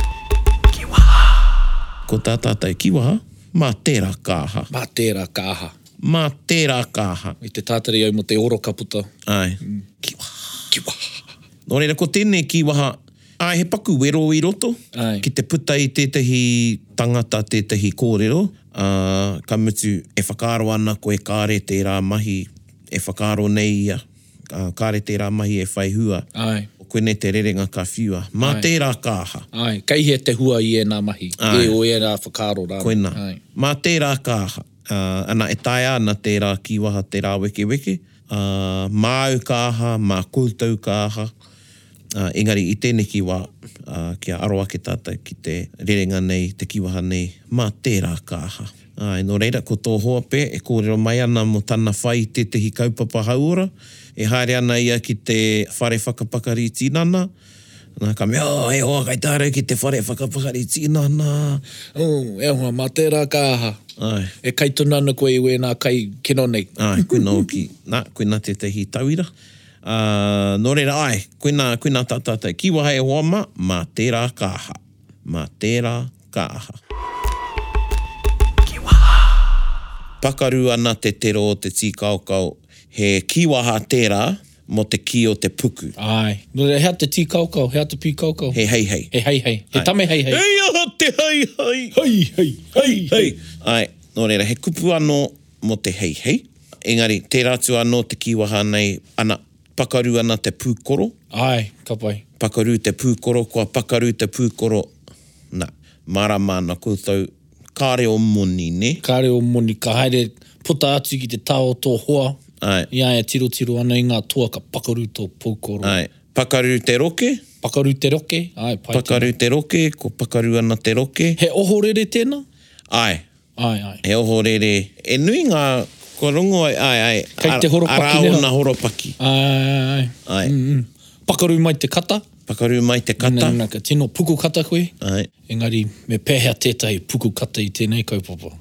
S3: Ko tā tātai kiwaha, mā tērā kāha.
S1: Mā tērā kāha.
S3: Mā tērā kāha.
S1: I te tātari au mo te oro kaputa.
S3: Ai. Nō reira, ko tēnei ki waha, ai he paku wero i roto, ai. ki te puta i tētahi tangata, tētahi kōrero, uh, ka mutu e whakaro ana ko e kāre te rā mahi, e whakaro nei ia, uh, kāre te rā mahi e whaihua,
S1: Ai.
S3: o koe ne te rerenga ka whiua, mā
S1: Ai.
S3: tērā kāha.
S1: Ai, kei he te hua i e nā mahi.
S3: Ai.
S1: E o e nā whakaro rā.
S3: Koina.
S1: Ai.
S3: Mā tērā kāha. Uh, ana e tai ana tērā kiwaha, tērā weke weke. Uh, mā au kāha, mā koutou kāha. Uh, engari, i tēnei kiwa, uh, kia aroa ke tātou ki te rerenga nei, te kiwaha nei, mā tērā kāha. Ai, nō reira, ko tō hoape, e kōrero mai ana mo tāna whai te tehi kaupapa hauora, e haere ana ia ki te whare whakapakari tīnana, Nā ka mea, oh, e hoa kai tāre ki te whare whakapakari tīnana.
S1: Oh, e hoa, mā tērā kāha.
S3: Ai.
S1: E kai tunana koe i e nā kai kino nei.
S3: Ai, koina o ki, nā, koina te tehi tauira. Uh, nō reira, ai, koina, koina tā tātai. Ki waha e hoama, mā tērā kāha. Mā tērā kāha. Pakaru ana te tero o te tīkaukau, he kiwaha tērā mo te ki o te puku.
S1: Ai. Nō reira, hea te tī kaukau, hea te pī kaukau.
S3: He hei hei.
S1: He hei hei. He
S3: Ai.
S1: tame hei hei.
S3: Hei aha te hei hei.
S1: Hei hei. Hei hei.
S3: Ai, nō reira, he kupu anō mo te hei hei. Engari, te rātu anō te kiwaha nei, ana, pakaru ana te pūkoro.
S1: Ai, ka pai.
S3: Pakaru te pūkoro, kua pakaru te pūkoro. Nā, mara mana koutou, kāre o moni, ne?
S1: Kāre o moni, ka haere puta atu ki te tao tō hoa.
S3: Ai.
S1: Ia e tiro tiro ana i ngā toa ka pakaru tō pōkoro.
S3: Ai, pakaru te roke.
S1: Pakaru te roke. Ai, pai
S3: Pakaru te roke, ko pakaru ana te roke.
S1: He oho rere tēnā?
S3: Ai,
S1: Ai, ai.
S3: he oho rere. E nui ngā korongo ai, ai, ai.
S1: Kei te
S3: Ar-
S1: horopaki
S3: Arao
S1: nea.
S3: na horopaki.
S1: Ai, ai,
S3: ai.
S1: Mm, mm. Pakaru mai te kata.
S3: Pakaru mai te kata.
S1: Nā, nā, ka tino puku kata koe.
S3: Ai.
S1: Engari, me pēhea tētahi puku kata i tēnei kaupapa.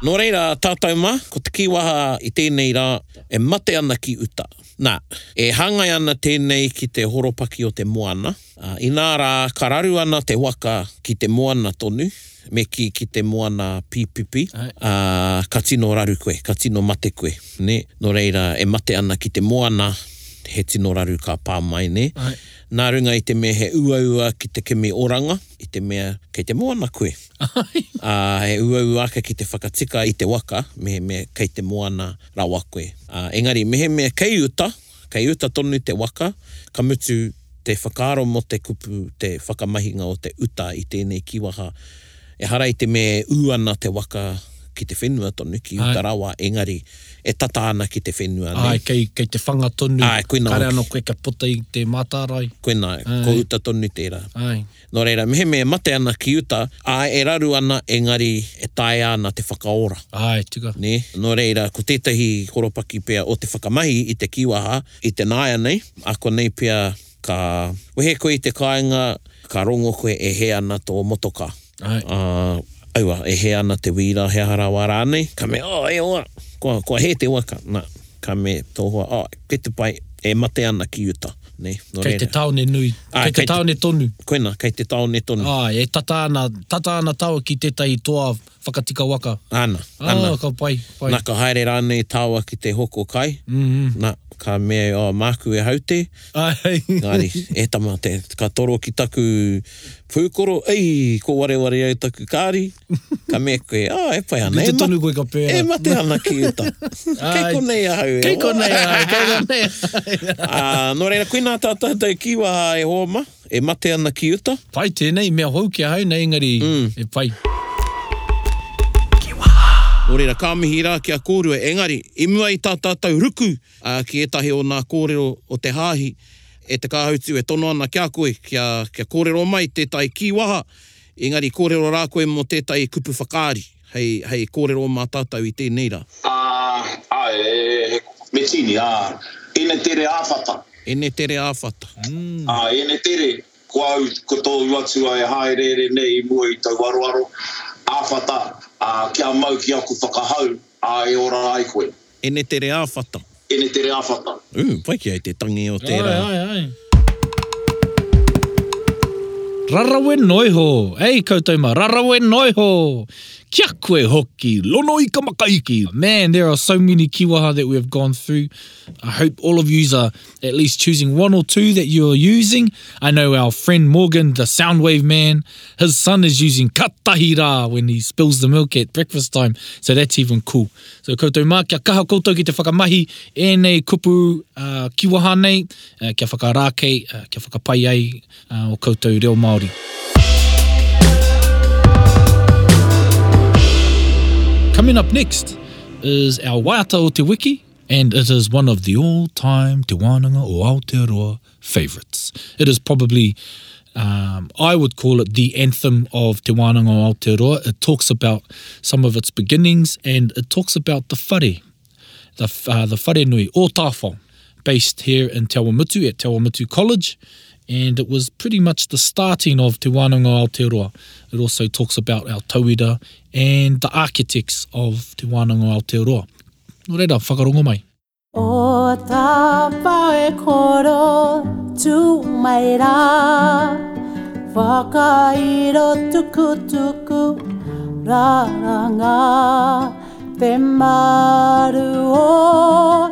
S3: Nō reira, tātou mā, ko te kiwaha i tēnei rā, e mate ana ki uta. Nā, e hangai ana tēnei ki te horopaki o te moana. Uh, inā rā, kararu ana te waka ki te moana tonu, me ki, ki te moana pipipi. Uh, ka tino raru koe, ka tino mate koe. Ne? Nō reira, e mate ana ki te moana, he tino raru ka pā mai, ne? Ai. Nā runga i te mea he uaua ki te kemi oranga, i te mea kei te moana koe. uh, he uau aka ki te whakatika i te waka, me, me kei te moana rawa koe. Uh, engari, mehe mea kei uta, kei uta tonu te waka, ka mutu te whakaro mo te kupu, te whakamahinga o te uta i tēnei kiwaha. E hara i te me uana te waka ki te whenua tonu ki
S1: Ai.
S3: uta rawa, engari, e tata ana ki te whenua. nei.
S1: Ai, kei, kei te whanga tonu.
S3: Ai, koe nā
S1: Kare
S3: hoki.
S1: anō koe ka puta i te mātārai.
S3: Koina,
S1: Ai.
S3: ko uta tonu tērā.
S1: Ai.
S3: Nō reira, mehe me mate ana ki uta, a e raru ana, engari e tai ana te whakaora.
S1: Ai, tuka.
S3: Ne? Nō reira, ko tētahi horopaki pia o te whakamahi i te kiwaha, i te nāia nei, a ko nei pia ka wehe koe i te kāinga, ka rongo koe e he ana tō motoka.
S1: Ai.
S3: Uh, aua, e he ana te wīra he harawa rānei, ka me, oh, e oa, kua, kua he te waka. Nā, ka me tō hoa, oh, ke te pai, e mate ana ki uta. Ne? Nō
S1: Kei
S3: reira.
S1: te taone nui.
S3: Ai,
S1: Ai, kei te taone tonu.
S3: Koina, kei te taone tonu.
S1: Ai, e tata ana, tata ana tau ki tētahi toa whakatika waka.
S3: Ana, ana.
S1: Ah, ka pai, pai.
S3: Nā ka haere rānei tāua ki te hoko kai.
S1: Mm, mm.
S3: Nā, ka mea o māku e haute.
S1: Ai.
S3: Ngāri, e tama te, ka toro ki taku pūkoro, ei, ko ware ware au taku kāri. Ka mea koe, ah, e pai ana.
S1: Ki te
S3: e
S1: tonu
S3: ma-
S1: koe ka pēra.
S3: E mate ana ki uta. Kei konei ahau e.
S1: Kei konei ahau, kei
S3: konei ahau. Nō reira, koe nā tātātou kiwaha e hōma, e mate ana ki Mm. uta.
S1: Pai tēnei, mea hou ki ahau, nei engari, e pai.
S3: O reira, kāmihi rā ki a kōrua, engari, i mua i tā tātou ruku uh, ki etahi o nā kōrero o te hāhi, e te kāhautu e tono ana kia koe, kia, kia kōrero mai tētai kiwaha, engari kōrero rā koe mō tētai kupu whakāri, hei, hei kōrero mā tātou i tēnei rā.
S8: Ah, ai, e, he- me tini, ah. Ene tere āwhata.
S3: Ene tere āwhata.
S8: Mm.
S3: Hmm.
S8: Ah, ene tere. Ko au, ko tōu atu ai haerere e nei i mua i tau aroaro. Āwhata, ah, kia mau ki aku whakahau, ah, e ora ai koe.
S3: Ene tere āwhata.
S8: Ene tere āwhata.
S3: Ū, pai ki ai te tangi o tērā.
S1: Ai, ai, ai. Rarawe noiho. Ei, koutou mā, rarawe noiho. Kia koe hoki, lono i ka makaiki. Man, there are so many kiwaha that we have gone through. I hope all of you are at least choosing one or two that you are using. I know our friend Morgan, the Soundwave man, his son is using katahira when he spills the milk at breakfast time. So that's even cool. So koutou mā, kia kaha koutou ki te whakamahi, ēnei kupu uh, kiwaha nei, uh, kia whakarākei, uh, kia whakapai ai uh, o koutou reo Māori. Coming up next is our Waiata o Te Wiki, and it is one of the all-time Te Wānanga o Aotearoa favourites. It is probably, um, I would call it the anthem of Te Wānanga o Aotearoa. It talks about some of its beginnings, and it talks about the whare, the, f- uh, the whare nui, o tāwhong, based here in Te Awamutu at Te Awamutu College, and it was pretty much the starting of Te Wānanga Aotearoa. It also talks about our tauira and the architects of Te Wānanga Aotearoa. No reira, whakarongo mai.
S5: O tā pau e koro tū mai rā Whakairo tuku tuku raranga Te maru o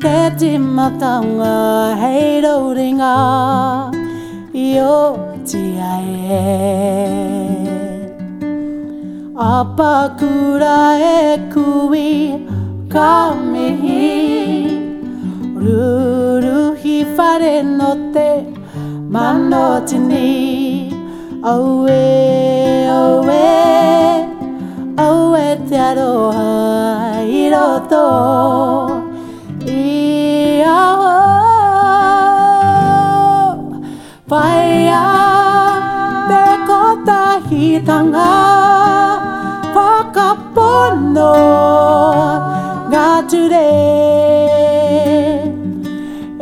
S5: te timatanga Hei rauringa i o ti ai e Apakura e kui ka mihi Ruruhi whare no te manotini Aue, aue, aue te aroha i roto I aho, pai a te kotahitanga whakapono ngā ture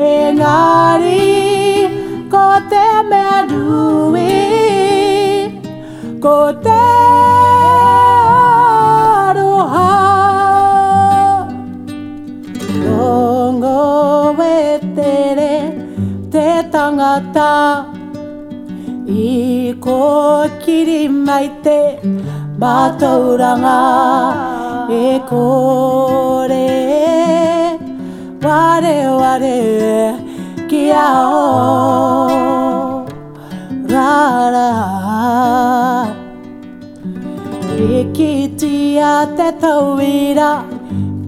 S5: Engari ko te merui ko te aroha Rongo e tere te tangata I ko kiri mai te Matauranga e kore Ware ware ki ao Rara Iki tia te tauira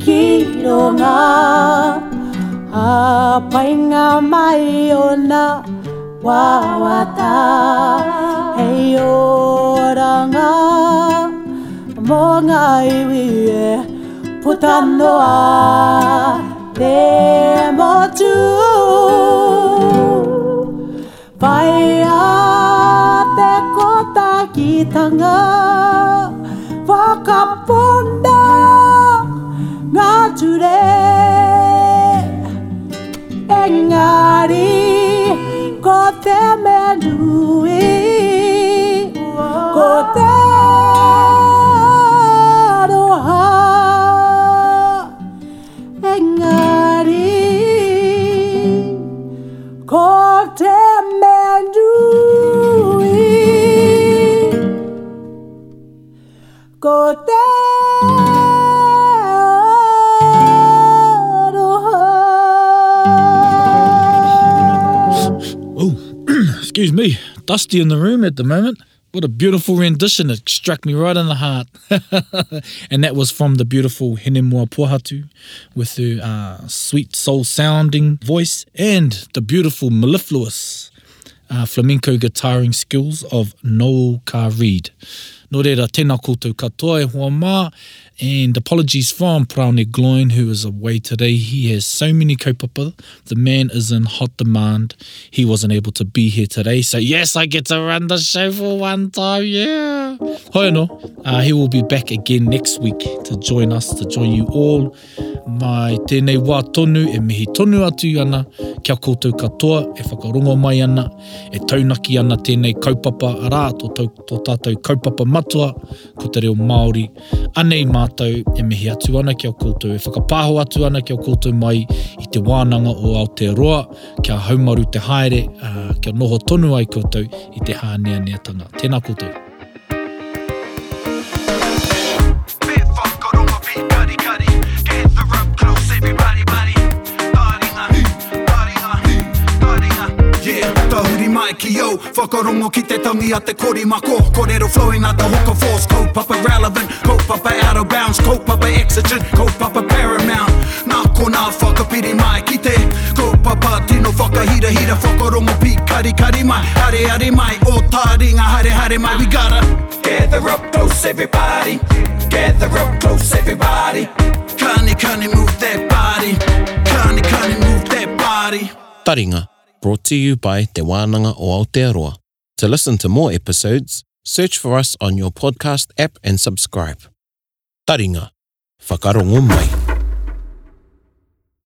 S5: ki ronga A painga mai ona wawata Hei oranga mō ngā iwi e putanoa Te motu Pai a te kota ki tanga Whakaponda ngā ture Engari ko te menui Ko te aroha Engari ko te menui Ko te
S1: Oh, Excuse me, dusty in the room at the moment. What a beautiful rendition. It struck me right in the heart. and that was from the beautiful Henemua Pohatu with her uh, sweet soul sounding voice and the beautiful mellifluous uh, flamenco guitaring skills of Noel Carr Reed. Nō reira, tēnā koutou katoa e hoa mā, and apologies from Praone Gloin, who is away today. He has so many kaupapa. The man is in hot demand. He wasn't able to be here today, so yes, I get to run the show for one time, yeah. Hoi no, uh, he will be back again next week to join us, to join you all. Mai tēnei wā tonu, e mihi tonu atu ana, kia koutou katoa, e whakarongo mai ana, e taunaki ana tēnei kaupapa arā, tō, tau, tō tātou kaupapa matua, ko te reo Māori. Anei mātou, e mihi atu ana kia koutou, e whakapāho atu ana kia koutou mai i te wānanga o Aotearoa, kia haumaru te haere, uh, kia noho tonu ai koutou i te hāneaneatanga. Tēnā koutou.
S11: Whakarongo ki te tangi a te kori mako Kōrero flowing a te hoka force Kaupapa relevant, kaupapa out of bounds Kaupapa exigent, kaupapa paramount Nā ko nā whakapiri mai ki te Kaupapa tino whakahira hira Whakarongo pi kari kari mai Hare hare mai, o tā ringa hare hare mai We gotta
S2: Gather up close, everybody. Gather up close, everybody.
S11: Kani kani move that body Kani kani move that body
S3: Taringa, brought to you by Te Wānanga o Aotearoa. To listen to more episodes, search for us on your podcast app and subscribe. Taringa, whakarongo mai.